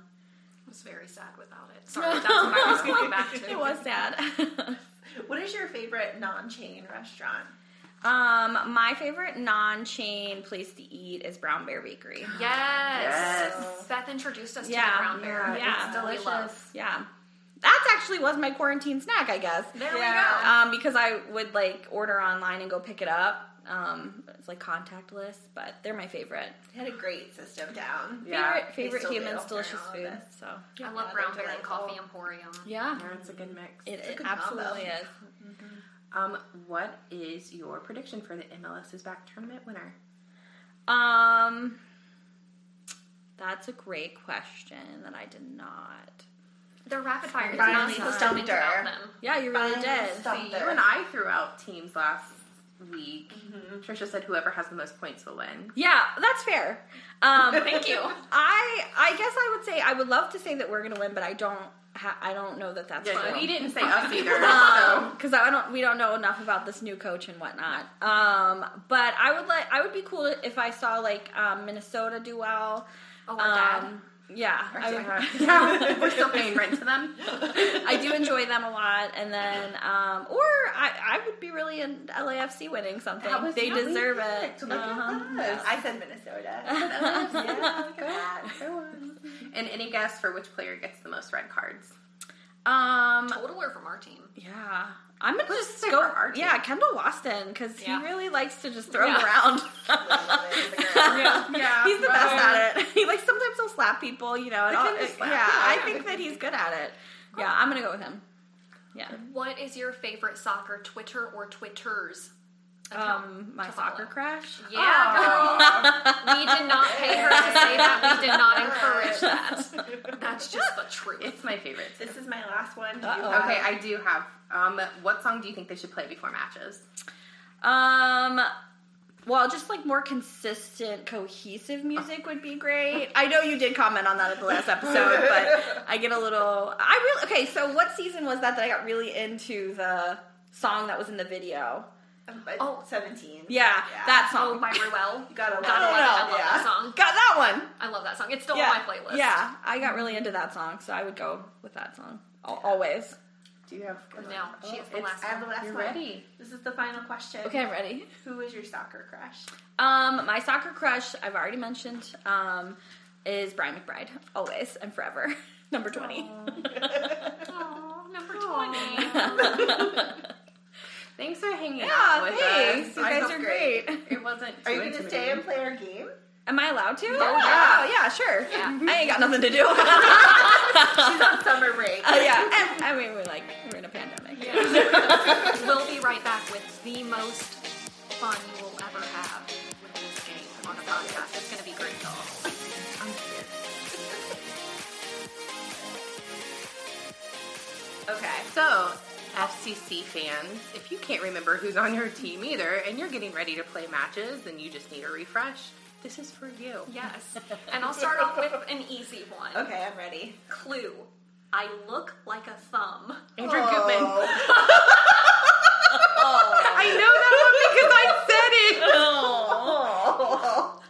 C: I was very sad without it. Sorry, that's what I was going back to.
D: *laughs* It was *laughs* sad.
A: What is your favorite non-chain restaurant?
D: Um, my favorite non-chain place to eat is Brown Bear Bakery.
C: Yes.
B: Yes.
C: Beth introduced us to
D: Yeah.
C: the brown bear.
D: Yeah.
C: It's delicious.
D: Yeah, that actually was my quarantine snack, I guess.
C: There
A: Yeah.
C: we go.
D: Um, because I would like order online and go pick it up. Um, it's like contactless, but they're my favorite.
A: They had a great system down.
B: Yeah,
D: favorite favorite
A: still do.
D: humans,
A: They're
D: delicious
A: all
D: food.
A: this.
D: So
C: I love
A: they're
C: Brown Bear and
A: delightful.
C: Coffee Emporium.
D: yeah,
B: Yeah, it's a good mix.
D: it, it
A: good
D: absolutely
A: combo.
D: is.
B: Um, what is your prediction for the MLS's back tournament winner?
D: Um, that's a great question that I did not.
C: They're rapid fire. It's
A: Brian
C: not
A: Lee
C: supposed to
A: Stumpter.
C: think about them.
D: Yeah, you really
A: Fine
D: did.
A: stuff
B: See,
A: there.
B: you and I threw out teams last week. Trisha said whoever has the most points will win.
D: Yeah, that's fair. Um,
C: Thank *laughs* you.
D: I I guess I would say I would love to say that we're gonna win, but I don't ha- I don't know that that's
B: Yeah,
D: true.
B: we didn't say us *laughs* either. so.
D: because I don't we don't know enough about this new coach and whatnot. Um, but I would like I would be cool if I saw like um, Minnesota do well.
C: Oh, our dad.
D: Um, yeah, I, would-
B: yeah, *laughs* we're still paying rent to them.
D: *laughs*
B: *laughs*
D: I
A: *laughs*
D: do enjoy them a lot, and then um, or I, I would be really in LAFC winning something.
B: That was-
D: They
B: yeah, we
D: deserve
B: did.
D: it. Uh-huh.
B: Look at
A: Yes. I said Minnesota. yeah, look at that. *laughs*
B: And any guess for which player gets the most red cards?
D: Um,
C: Totaler from our team.
D: yeah. I'm gonna
B: Let's
D: just
B: say
D: go.
B: for our team.
D: Yeah, Kendall Waston because
C: Yeah.
D: he really likes to just throw
C: Yeah.
D: around. *laughs*
A: Yeah.
B: Yeah,
D: he's the
B: well,
D: best at it. *laughs* He like sometimes he'll slap people, you know. And
B: Like,
D: all,
B: he'll slap.
D: yeah,
B: Yeah,
D: I
B: yeah,
D: think
B: like,
D: that he's good at it. Yeah, I'm gonna go with him. Yeah,
C: What is your favorite soccer Twitter or Twitters? account
D: um, my
C: to
D: soccer
C: follow?
D: crash.
C: Yeah, girl. We did not pay her to say that. We did not *laughs* encourage that. That's *laughs* just the truth.
B: It's my favorite. too.
A: This is my last one. Do you
D: Uh-oh.
A: have-
B: Okay, I do have. Um, what song do you think they should play before matches?
D: Um, well, just like more consistent, cohesive music would be great. I know you did comment on that at the last episode, but I get a little. I really okay. So, what season was that that I got really into the song that was in the video?
A: I'm at
C: Oh.
A: 17.
D: Yeah,
A: Yeah.
D: that
C: Oh,
D: song. *laughs*
C: by *laughs* Ruel.
A: You gotta love
C: Gotta
A: it.
C: love it. I love
A: Yeah.
C: that song.
D: Got that one.
C: I love that song. It's still
D: yeah,
C: on Oh, my playlist.
D: Yeah, I got really into that song, so I would go with that song Al- always.
B: Do you have?
C: No, she has the
B: It's-
C: last
A: I have the
C: one.
A: last
B: You're
A: one.
B: ready.
A: This is the final question.
D: Okay, I'm ready.
A: Who is your soccer crush?
D: Um, my soccer crush, I've already mentioned, um, is Brian McBride. Always and forever. *laughs* Number 20. *laughs*
C: Oh, number
B: Aw.
C: *laughs* 20.
B: Thanks for hanging
D: Yeah,
B: out with
D: thanks.
B: us.
D: You
B: I
D: guys
B: felt
D: are great.
B: It wasn't.
A: Are
B: too
A: you gonna stay
B: intimidating.
A: and play our game?
D: Am I allowed to?
C: yeah.
D: Oh, yeah, sure. I ain't got nothing to *laughs* do. Uh,
A: She's on summer break.
D: Oh, yeah, and, I mean, we're like, we're in a pandemic.
C: We'll be right back with the most fun you will ever have with this game on a podcast. It's going to be great, y'all.
D: Okay.
B: So, FCC fans, if you can't remember who's on your team either, and you're getting ready to play matches, and you just need a refresh, this is for you.
C: Yes. And I'll start off with an easy one.
A: Okay, I'm ready.
C: Clue. I look like a
A: *laughs*
C: thumb.
B: Andrew
A: Oh.
B: Goodman.
A: Oh.
B: I know that one because *laughs* I said
A: Oh.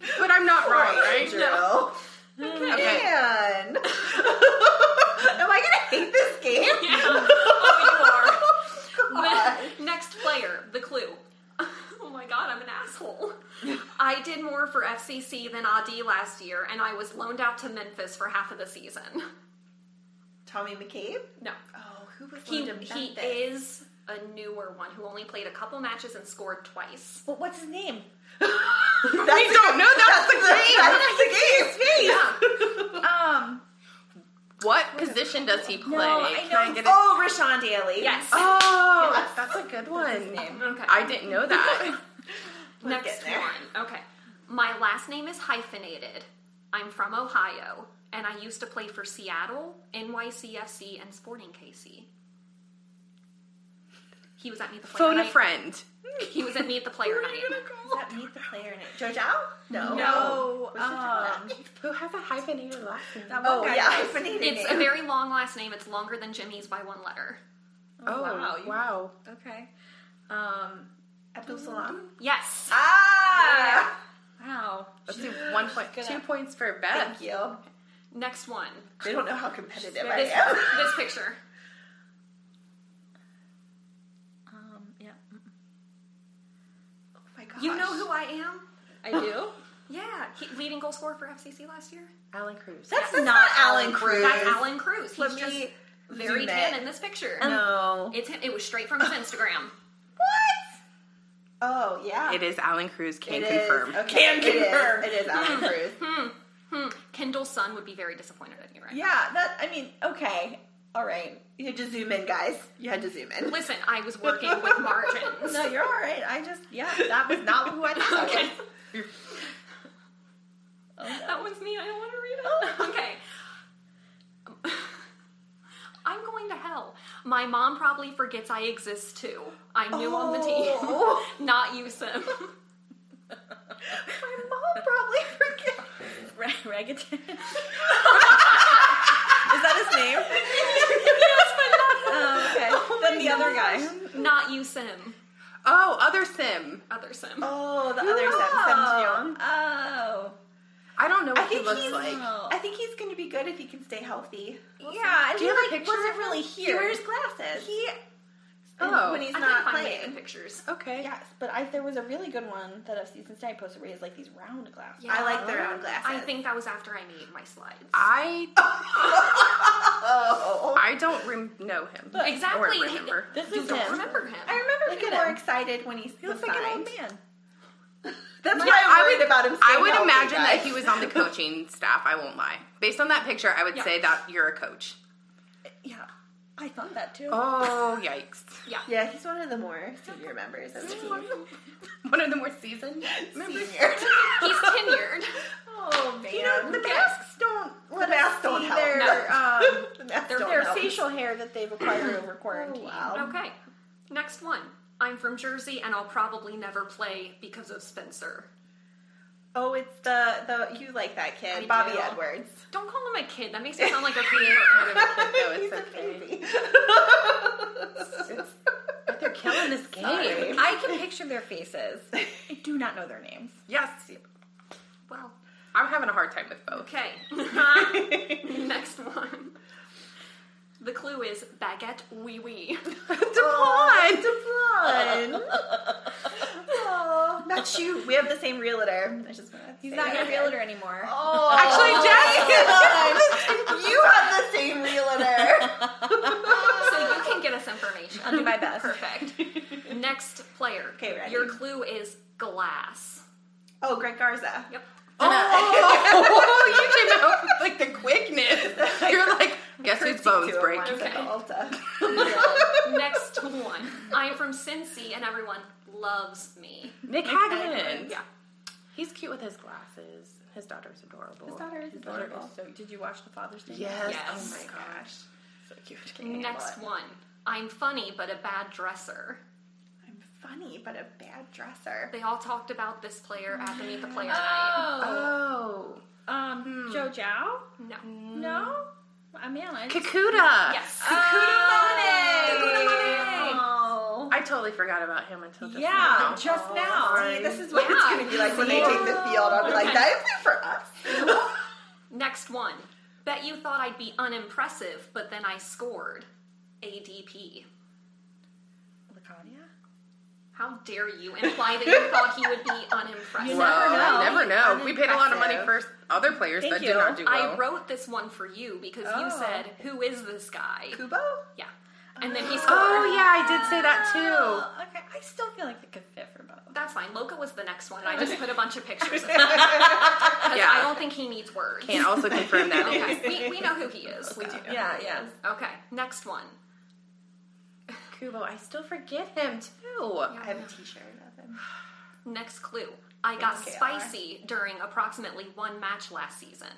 B: it, but I'm not wrong, right?
A: Andrew.
B: Okay.
A: Man. *laughs* Am I gonna hate this game?
C: oh, you
A: Come
C: are.
A: on.
C: *laughs* Next player, the clue. *laughs* Oh my god, I'm an
A: *laughs*
C: asshole. I did more for FCC than AD last year, and I was loaned out to Memphis for half of the season.
A: Tommy McCabe?
C: No.
A: Oh, who was
C: He,
A: London
C: he
A: Beth?
C: is a newer one who only played a couple matches and scored twice.
B: Oh.
A: But what's his name?
B: We don't know that's the
A: That's the game.
C: Yeah.
D: Um,
B: What position does he play?
D: I
B: Can
D: know.
B: get a-
A: Oh, Rashawn Daly.
C: Yes.
B: *laughs* Oh, that's a good one.
C: Okay.
B: I didn't know
A: *laughs*
B: that.
C: Next
A: getting there.
C: one. Okay. My last name is hyphenated. I'm from Ohio, and I used to play for Seattle, NYCFC, and Sporting KC. He was at Meet the Player
B: Phone a
C: Night.
B: friend.
C: He was at Meet
B: *laughs*
C: the Player Night.
A: Does that meet the player name? JoJo? No.
D: no.
A: What's the
D: Um,
B: Oh. Who has a hyphenated last name?
D: that
A: Oh,
D: one guy
A: yeah,
D: was-
A: hyphenated
C: It's a
A: name.
C: very long last name. It's longer than Jimmy's by one letter.
B: Oh,
D: wow, you-
B: wow.
D: Okay. Um,
A: Abdul Salam.
C: Yes.
A: Ah!
D: wow.
B: Let's do one point, two points for Beth.
A: Thank you.
C: Next one.
A: They don't know how competitive I
B: *laughs*
C: This,
A: am.
C: this picture.
D: Um, yeah.
A: Oh my gosh.
C: You know who I am?
D: I do? *laughs*
C: Yeah. He, leading goal scorer for FCC last year.
B: Alan Cruz.
A: That's, that's not Alan Cruz.
C: That's Alan Cruz. He's
A: Let
C: just
A: me
C: very
A: zoom in.
C: tan in this picture.
D: No.
C: It's him. It was straight from his Instagram.
A: What? Oh, yeah.
B: It is Alan Cruz. Can
A: It is.
B: confirm.
A: Okay.
D: Can
A: it is.
D: confirm.
A: It is Alan
C: *laughs*
A: Cruz.
C: Hmm. Kendall's son would be very disappointed in you right now.
A: Yeah, that, I mean,
D: Okay. All right.
A: you had to zoom in, guys. You had to zoom in.
C: Listen, I was working with
A: *laughs*
C: margins.
D: No, you're all right. I just, yeah, that was not who I thought.
C: Okay.
D: Oh, no.
C: That was me. I don't want
A: Oh.
C: to read it. Okay. *laughs* I'm going to hell. My mom probably forgets I exist too. I'm new on the
A: Oh.
C: team. *laughs* Not you, Sim.
A: My mom probably *laughs* forget.
D: Ra- *laughs* Ragaton. Is that his *laughs* name? *laughs* Oh, okay. then the other guy.
C: Not you, Sim.
B: Oh, other Sim.
C: Other Sim.
A: Oh, the other Sam Sam Jeong.
D: Oh.
B: I don't know what
A: I
B: he
A: think
B: looks
A: he's-
B: like.
D: Oh.
A: I think he's going to be good if he can stay healthy.
D: yeah, and
B: Do
D: he
B: you have a
D: like
B: picture
D: wasn't
B: of
D: really
A: He
D: here.
A: wears glasses.
D: He-
B: Oh.
A: when he's
C: I couldn't
A: not
C: find any of
A: playing.
C: the pictures.
B: Okay.
D: yes, but I, there was a really good one that I've seen since I posted where he has like these round glasses.
C: Yeah.
A: I like their own glasses.
C: I think that was after I made my slides.
B: I
A: Whoa.
B: I don't rem- know him.
C: Exactly.
B: Or remember.
D: This
C: You
D: is
C: don't
D: him.
C: remember him.
A: I remember
D: Look
A: being
D: at
A: more
D: him.
A: excited when he,
D: He
A: was
D: looks like an
A: signed.
D: old man.
A: That's
B: Yeah,
A: why I'm
B: I
A: worried
B: would-
A: about him.
B: I
A: staying
B: would
A: healthy,
B: imagine that
A: guys.
B: he was on *laughs* the coaching staff. I won't lie. Based on that picture, I would
D: Yeah.
B: say that you're a coach.
D: Yeah, I thought that too.
B: *laughs* Oh yikes!
C: yeah.
A: Yeah, he's one of the more senior members of the team.
B: One of the more seasoned members.
A: Senior.
C: He's tenured.
D: Oh man,
A: You know, the masks don't let
D: Let us
A: us don't
D: see
A: help.
D: their, *laughs* um,
A: the masks
D: their,
A: don't
D: their
A: help. Oh,
D: facial hair that they've acquired over quarantine.
A: wow.
C: Okay. Next one. I'm from Jersey and I'll probably never play because of Spencer.
A: Oh, it's the the you like that kid,
C: I
A: Bobby
C: do.
A: Edwards.
C: Don't call him a kid. That makes me sound like
A: *laughs*
C: a creator.
B: No,
A: He's
B: it's
A: a
B: okay.
A: baby.
B: But they're killing this
A: *laughs*
B: game.
A: Sorry.
D: I can picture their faces. *laughs* I do not know their names.
B: Yes,
C: well,
B: I'm having a hard time with both.
C: okay. *laughs* Next one. The clue is baguette wee wee. *laughs*
A: Devon, Devon. *laughs* oh, not you. We have the same realtor. I just want to.
D: He's not your realtor anymore.
A: Oh,
B: Actually,
A: Jess, *laughs* you
B: *laughs*
A: have the same realtor.
C: so you can get us information.
D: I'll do my best.
C: Perfect. Next player.
A: Okay, ready.
C: Your clue is glass.
A: Oh, Greg Garza.
C: Yep.
B: *laughs* Oh, you came out with, like the
A: *laughs*
B: quickness. *laughs* You're like, guess whose bones
A: Two of
B: break?
A: one's at the
C: Okay.
B: *laughs*
A: Ulta.
C: Next one. I am from Cincy and everyone loves me.
B: Nick Hagman.
C: Yeah.
B: He's cute with his glasses. His daughter's adorable.
A: His daughter is
D: His daughter
A: adorable.
D: is So, did you watch the Father's Day?
B: Yes.
C: Yes.
B: Oh my gosh.
D: So cute.
C: Next one. I'm funny but a bad dresser.
A: I'm funny, but a bad dresser.
C: They all talked about this player at the Meet the Player night.
D: Oh,
B: Oh.
D: um, Joe Zhao?
C: No.
D: Hmm. No, I mean, I just-
B: Kakuta.
C: Yes.
D: Kakuta
C: Kakuta Monet.
D: Oh.
B: I totally forgot about him until just
D: Yeah,
B: now.
D: just now.
A: See, this is what it's
C: Yeah.
A: going to be like when they take the field. I'll be like, that isn't for
B: *laughs*
A: us.
C: Next one. Bet you thought I'd be unimpressive, but then I scored. ADP.
D: Laconia?
C: How dare you imply that you thought he would
D: *laughs*
C: be unimpressive?
D: You
B: Well,
D: never know.
B: I never know. We paid a lot of money for
A: Unimpressive.
B: other players
D: Thank
B: that
D: you.
B: did not do well.
C: I wrote this one for you because
D: Oh.
C: you said, Who is this guy?
A: Kubo?
C: Yeah. And
D: *gasps*
C: then he scored.
B: oh yeah, I did say that *gasps* too.
D: Oh, okay, I still feel like it could fit for both.
C: That's fine. Loka was the next one. I just put a bunch of pictures of him. Because
B: Yeah.
C: I don't think he needs words.
B: Can also confirm
C: *laughs*
B: that.
C: Okay. We, we know who he is.
A: We do.
D: Yeah, yeah.
C: Okay. Next one.
B: Kubo, I still forget him too.
A: I have a t-shirt of him.
C: Next clue. I got
A: Okay,
C: spicy during approximately one match last season,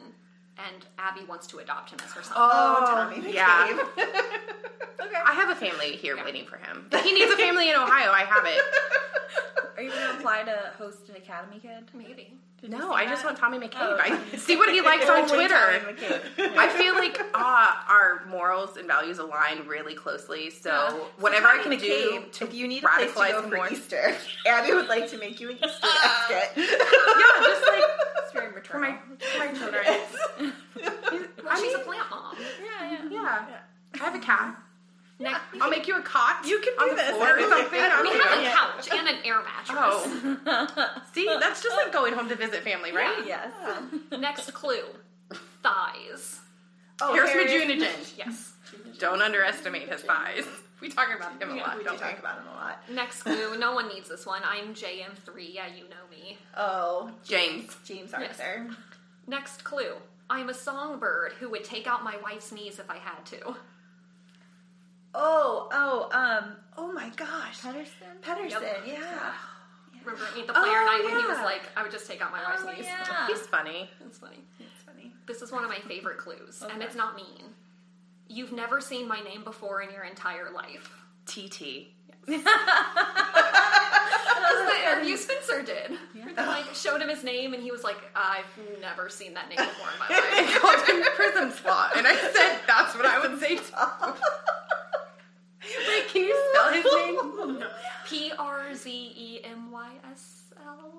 C: and Abby wants to adopt him as her son.
A: Oh, Tommy McCabe.
B: yeah.
D: Okay.
B: I have a family here waiting for him. If he needs a family in Ohio, I have it.
D: Are you going to apply to host an Academy Kid?
C: Maybe.
B: No, I just want Tommy McCabe.
D: Oh,
B: I see what he likes
A: *laughs* Oh,
B: on
D: Only
B: Twitter.
D: Tommy
B: *laughs*
D: McCabe.
B: I feel like uh, our morals and values align really closely. So
C: Yeah.
B: whatever I can
A: Tommy
B: do
A: McCabe,
B: to
A: if you need a place to
B: radicalize
A: go
B: him
A: for
B: more,
A: Easter, *laughs* Abby would like to make you an Easter basket.
B: *laughs* yeah, just like
D: It's very
B: for my
D: maternal.
A: *laughs*
B: for my children.
C: Well,
B: I
C: she's
B: mean,
C: a plant mom.
D: yeah, yeah.
B: yeah. I have a cat.
C: Next,
B: I'll make you a cot.
A: You can
B: on
A: do
B: the
A: this.
B: floor or
A: Abby.
B: something. I
C: we
B: don't
C: have
B: know.
C: a couch and an air mattress.
B: Oh, *laughs*
D: *laughs*
B: see, that's just like going home to visit family, right?
D: Yes.
C: Next clue. Thighs.
A: *laughs* Oh,
B: Here's
A: Harris-
B: Majunigen.
C: Yes.
B: Don't underestimate his thighs. *laughs* We talk about him a lot.
A: We do
B: don't
A: talk about him a lot.
C: Next clue. No one needs this one. I'm JM3. Yeah, you know me.
A: Oh,
B: James.
A: James Arthur.
C: Next clue. I'm a songbird who would take out my wife's knees if I had to.
D: Oh, oh, um,
A: Oh my gosh.
D: Pedersen?
A: Pedersen,
C: Yep.
A: yeah.
C: Remember at Meet the Player
A: Oh,
C: Night when he was
A: yeah.
C: like, I would just take out my wife's
D: Oh,
C: knees.
D: *laughs* yeah.
B: He's funny.
C: *laughs* That's funny.
A: That's funny.
C: This is one of my favorite clues, and
D: Okay.
C: it's not mean. You've never seen my name before in your entire
D: *laughs*
C: life.
B: TT.
C: Because the interview Spencer did. Like, showed him his name, and he was like, I've never seen that name before in Oh my
B: They
D: *laughs*
C: life.
B: called him Prism Slot, and I said that's what I would say. too. Wait, can you spell his name?
A: *laughs*
C: P R Z E M Y S L.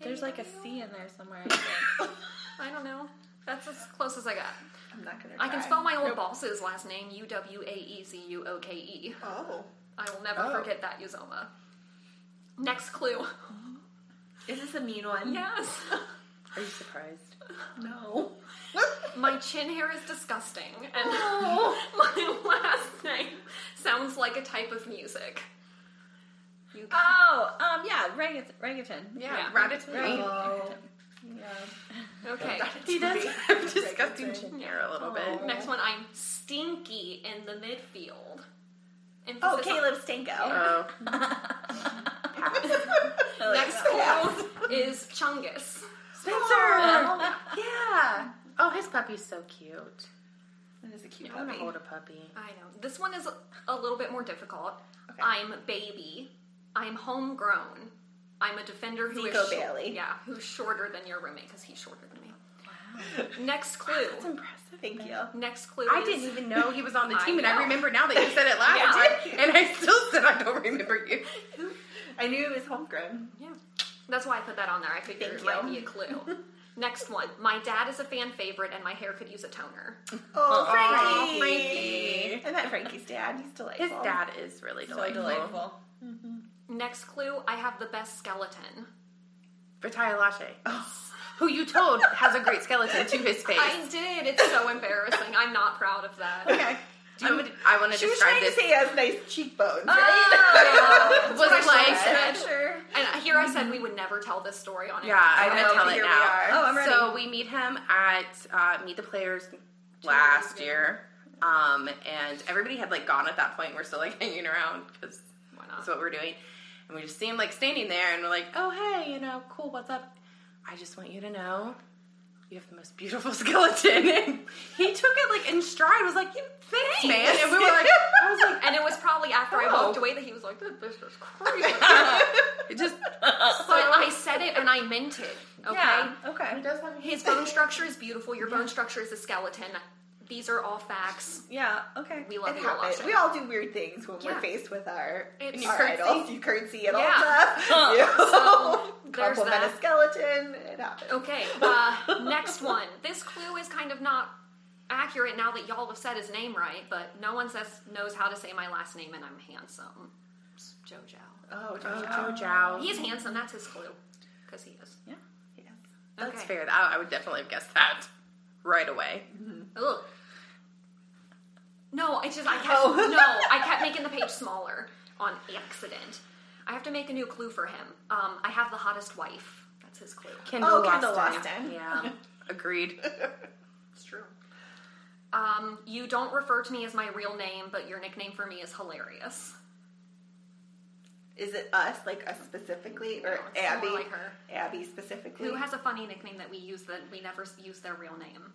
D: there's like a C in there somewhere. I think.
C: I don't know. That's as close as I got.
A: I'm not gonna.
C: I can
A: try.
C: spell my old boss's last name U W A E Z U O K E.
A: Oh,
C: I will never
B: Oh.
C: forget that, Uzoma. Next clue. *laughs*
A: is this a mean one?
C: Yes.
B: Are you surprised?
A: No.
C: My chin hair is disgusting, and *laughs* my last name sounds like a type of music. You guys.
D: Oh, um, yeah, orangutan. orangutan.
B: Yeah,
C: Yeah.
B: rabbits.
D: Right.
A: Oh.
C: okay.
B: He does have *laughs* disgusting chin hair a little bit.
C: Next one, I'm stinky in the midfield. Emphasis
A: Oh,
C: on-
A: Caleb Stinko.
B: Oh,
C: Next
A: Yeah.
C: one is Chungus.
B: Spencer.
A: Oh. *laughs*
B: yeah. Oh, his puppy's so cute.
A: That is a cute
B: I want to
A: puppy.
B: hold a puppy.
C: I know. This one is a little bit more difficult.
A: Okay.
C: I'm baby. I'm homegrown. I'm a defender who is
A: Zico
C: shor-
A: Bailey.
C: yeah, who's shorter than your roommate because he's shorter than me.
B: That's
C: Next clue.
B: impressive.
A: Thank you.
C: Next clue.
B: I
C: is-
B: didn't even know he was on the
C: I
B: team, and
C: know.
B: I remember now that you said it last time, and I still said I don't remember you.
A: I knew it was homegrown.
C: Yeah. That's why I put that on there. I figured
A: Thank
C: it might
A: you.
C: be a clue. Next one. My dad is a fan favorite, and my hair could use a toner.
A: Oh, Frankie.
B: Frankie.
A: I met Frankie's dad. He's delightful.
B: His dad is really
D: So
B: delightful.
D: delightful.
C: Next clue. I have the best skeleton.
B: For Taya Lache, who you told has a great skeleton to his face.
C: I did. It's so embarrassing. I'm not proud of *laughs* that.
A: *laughs* Okay.
B: Do you- I want to
A: She was
B: describe
A: trying
B: this.
A: to Uh, say he has nice cheekbones,
C: Oh,
B: *laughs* was
C: what I
B: like,
C: should've said.
D: Sure.
C: And here I said we would never tell this story on
B: *laughs*
C: air.
B: yeah,
A: know,
B: I'm gonna tell
A: but
B: it
A: here we
B: now.
A: are.
D: Oh, I'm ready.
B: So we meet him at uh, Meet the Players last year, um, and everybody had like gone at that point. We're still like *laughs* hanging around because
C: Why
B: that's
C: not?
B: what we're doing. And we just see him like standing there, and we're like, "Oh hey, you know, cool, what's up? I just want you to know." You have the most beautiful *laughs* skeleton, and he took it like in stride. Was like, "You thanks, man," and we were like, "I was like,
C: and it was probably after I
B: Oh.
C: walked away that he was like, "This bitch is
B: *laughs*
C: crazy."
B: it just
C: but I said it and I meant it. Okay.
D: Yeah. Okay.
B: does have
C: His bone structure is beautiful. Your bone structure is a skeleton. These are
B: *laughs*
C: all facts.
D: Yeah. Okay.
C: We
A: It
C: love you,
A: happens.
C: Elisha.
A: We all do weird things when
C: Yeah.
A: we're faced with our,
C: It's-
A: our
B: curtsy.
A: idols. You curtsy and
C: Yeah.
A: all that. *laughs*
C: So,
A: You
C: there's
A: compliment
C: that.
A: a skeleton. It happens.
C: Okay. Uh, next one. This clue is kind of not accurate now that y'all have said his name right, but no one says knows how to say my last name, and I'm handsome. It's Jojo.
A: Oh,
B: Oh,
A: Jojo.
B: Joe Jow.
C: He's handsome. That's his clue, because he is.
A: Yes.
B: That's
C: Okay.
B: fair. I, I would definitely have guessed that right away.
C: Ugh. No, I just I kept
A: Oh.
C: no, I kept making the page smaller on accident. I have to make a new clue for him. Um, I have the hottest wife. That's his clue.
A: Oh,
B: Kendall
A: Kendall Lawston.
C: *laughs*
B: Yeah, agreed.
C: It's true. Um, you don't refer to me as my real name, but your nickname for me is hilarious.
A: Is it us, like us specifically, or
C: No, it's
A: Abby?
C: more like her.
A: Abby specifically.
C: Who has a funny nickname that we use that we never s- use their real name?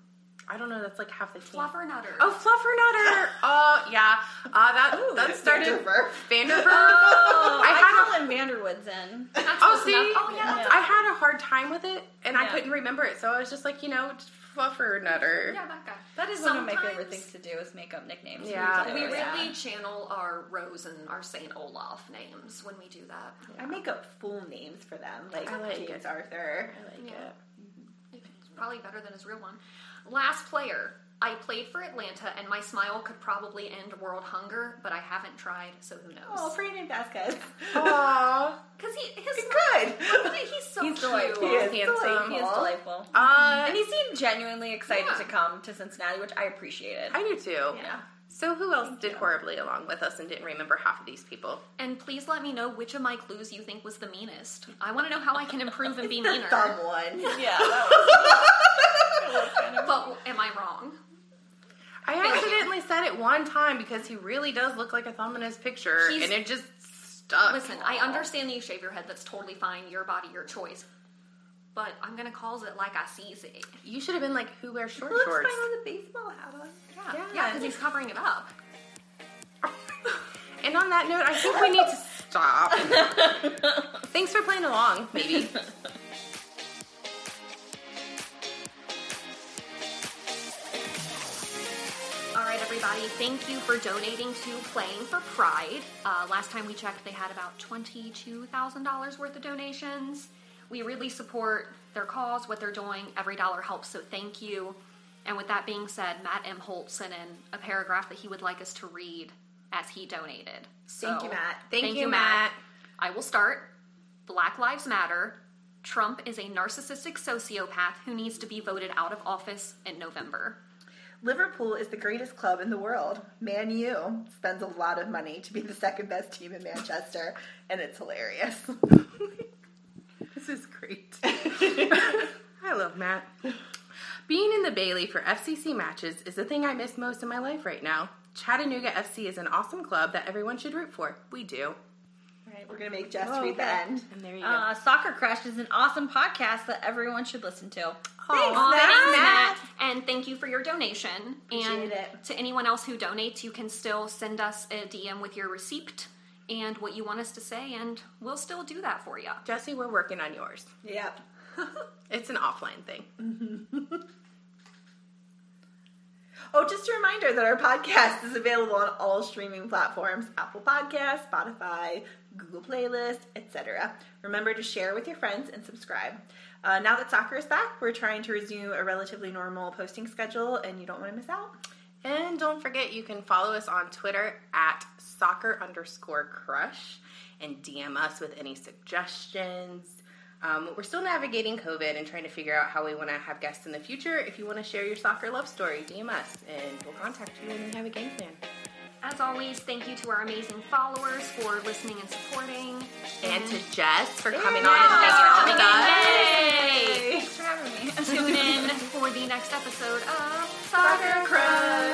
B: I don't know. That's like half the team.
C: Fluffernutter.
B: Oh,
C: *laughs*
B: Fluffernutter. oh, yeah. Uh, that that started
A: Vanderwerf.
B: Vanderburg.
D: Oh,
B: I had.
D: I call him Vanderwoodson.
C: That's
B: Oh,
C: close
B: see,
C: enough. Oh, yeah.
D: Yeah.
B: I had a hard time with it, and I
D: Yeah.
B: couldn't remember it, so I was just like, you know, Fluffernutter.
C: Yeah, that guy.
D: That is one of my favorite
C: Sometimes-
D: things to do is make up nicknames.
B: Yeah.
D: for each
C: We
D: other.
C: really
D: Yeah.
C: channel our Rose and our Saint Olaf names when we do that.
A: I make up full names for them, like,
B: I like
A: James
B: it.
A: Arthur.
B: I like
C: Yeah.
B: it.
C: *laughs* It's probably better than his real one. Last player. I played for Atlanta, and my smile could probably end world hunger, but I haven't tried, so who
A: Oh,
C: knows?
A: Brandon Vasquez. *laughs*
B: Aw.
C: Because he, his,
A: Good.
C: *laughs* he's so cute.
D: He's delightful.
A: He is
B: Handsome.
A: delightful.
D: He is delightful.
B: Uh,
D: And he seemed genuinely excited
C: Yeah.
D: to come to Cincinnati, which I appreciated.
B: I do too.
C: Yeah.
B: So who else did horribly along with us and didn't remember half of these people?
C: And please let me know which of my clues you think was the meanest. I want to know how I can improve and be
A: The
C: meaner.
A: thumb one.
D: yeah, that was,
C: But am I wrong?
B: I accidentally said it one time because he really does look like a thumb in his picture,
C: He's-
B: and it just stuck.
C: Listen, I understand that you shave your head. That's totally fine. Your body, your choice. But I'm gonna call it like I sees it.
B: you should have been like, "Who wears short
A: Looks
B: shorts?"
A: fine with a baseball hat on.
C: Yeah,
B: Yeah.
C: yeah, because he's covering it up.
B: And on that note, I think we need to *laughs* stop. Thanks for playing along. Maybe.
C: All right, everybody, thank you for donating to Playing for Pride. Uh, last time we checked, they had about $22,000 worth of donations. We really support their cause, what they're doing. Every dollar helps, so thank you. And with that being said, Matt M. Holt sent in a paragraph that he would like us to read as he donated. So,
A: Thank you, Matt.
B: Thank you, Matt.
C: I will start. Black Lives Matter. Trump is a narcissistic sociopath who needs to be voted out of office in November.
A: Liverpool is the greatest club in the world. Man U spends a lot of money to be the second best team in Manchester, and it's hilarious. *laughs*
B: This is great. I love Matt. Being in the Bailey for FCC matches is the thing I miss most in my life right now. Chattanooga FC is an awesome club that everyone should root for. We do.
D: Right.
A: We're gonna make Jess
D: Oh,
A: read the
D: okay.
A: end.
B: And there you
D: Uh, Soccer Crush is an awesome podcast that everyone should listen to.
B: go. Aw.
C: Aw, thanks,
A: Matt.
C: Matt. And thank you for your donation.
A: Appreciate
C: and
A: it.
C: to anyone else who donates, you can still send us a DM with your receipt and what you want us to say, and we'll still do that for you.
B: Jesse, we're working on yours.
A: Yep.
B: It's an offline thing.
A: Oh, just a reminder that our podcast is available on all streaming platforms: Apple Podcasts, Spotify, Google Playlist, etc. Remember to share with your friends and subscribe. Uh, now that soccer is back, we're trying to resume a relatively normal posting schedule, and you don't want to miss out.
B: And don't forget, you can follow us on Twitter at soccer underscore crush and DM us with any suggestions. Um, we're still navigating COVID and trying to figure out how we want to have guests in the future. If you want to share your soccer love story, DM us and we'll contact you when we have a game plan.
C: As always, thank you to our amazing followers for listening and supporting.
B: And to Jess for coming on and hanging out with us.
C: Yay!
D: Thanks for having me.
C: Tune in for the next episode of Soccer Crush.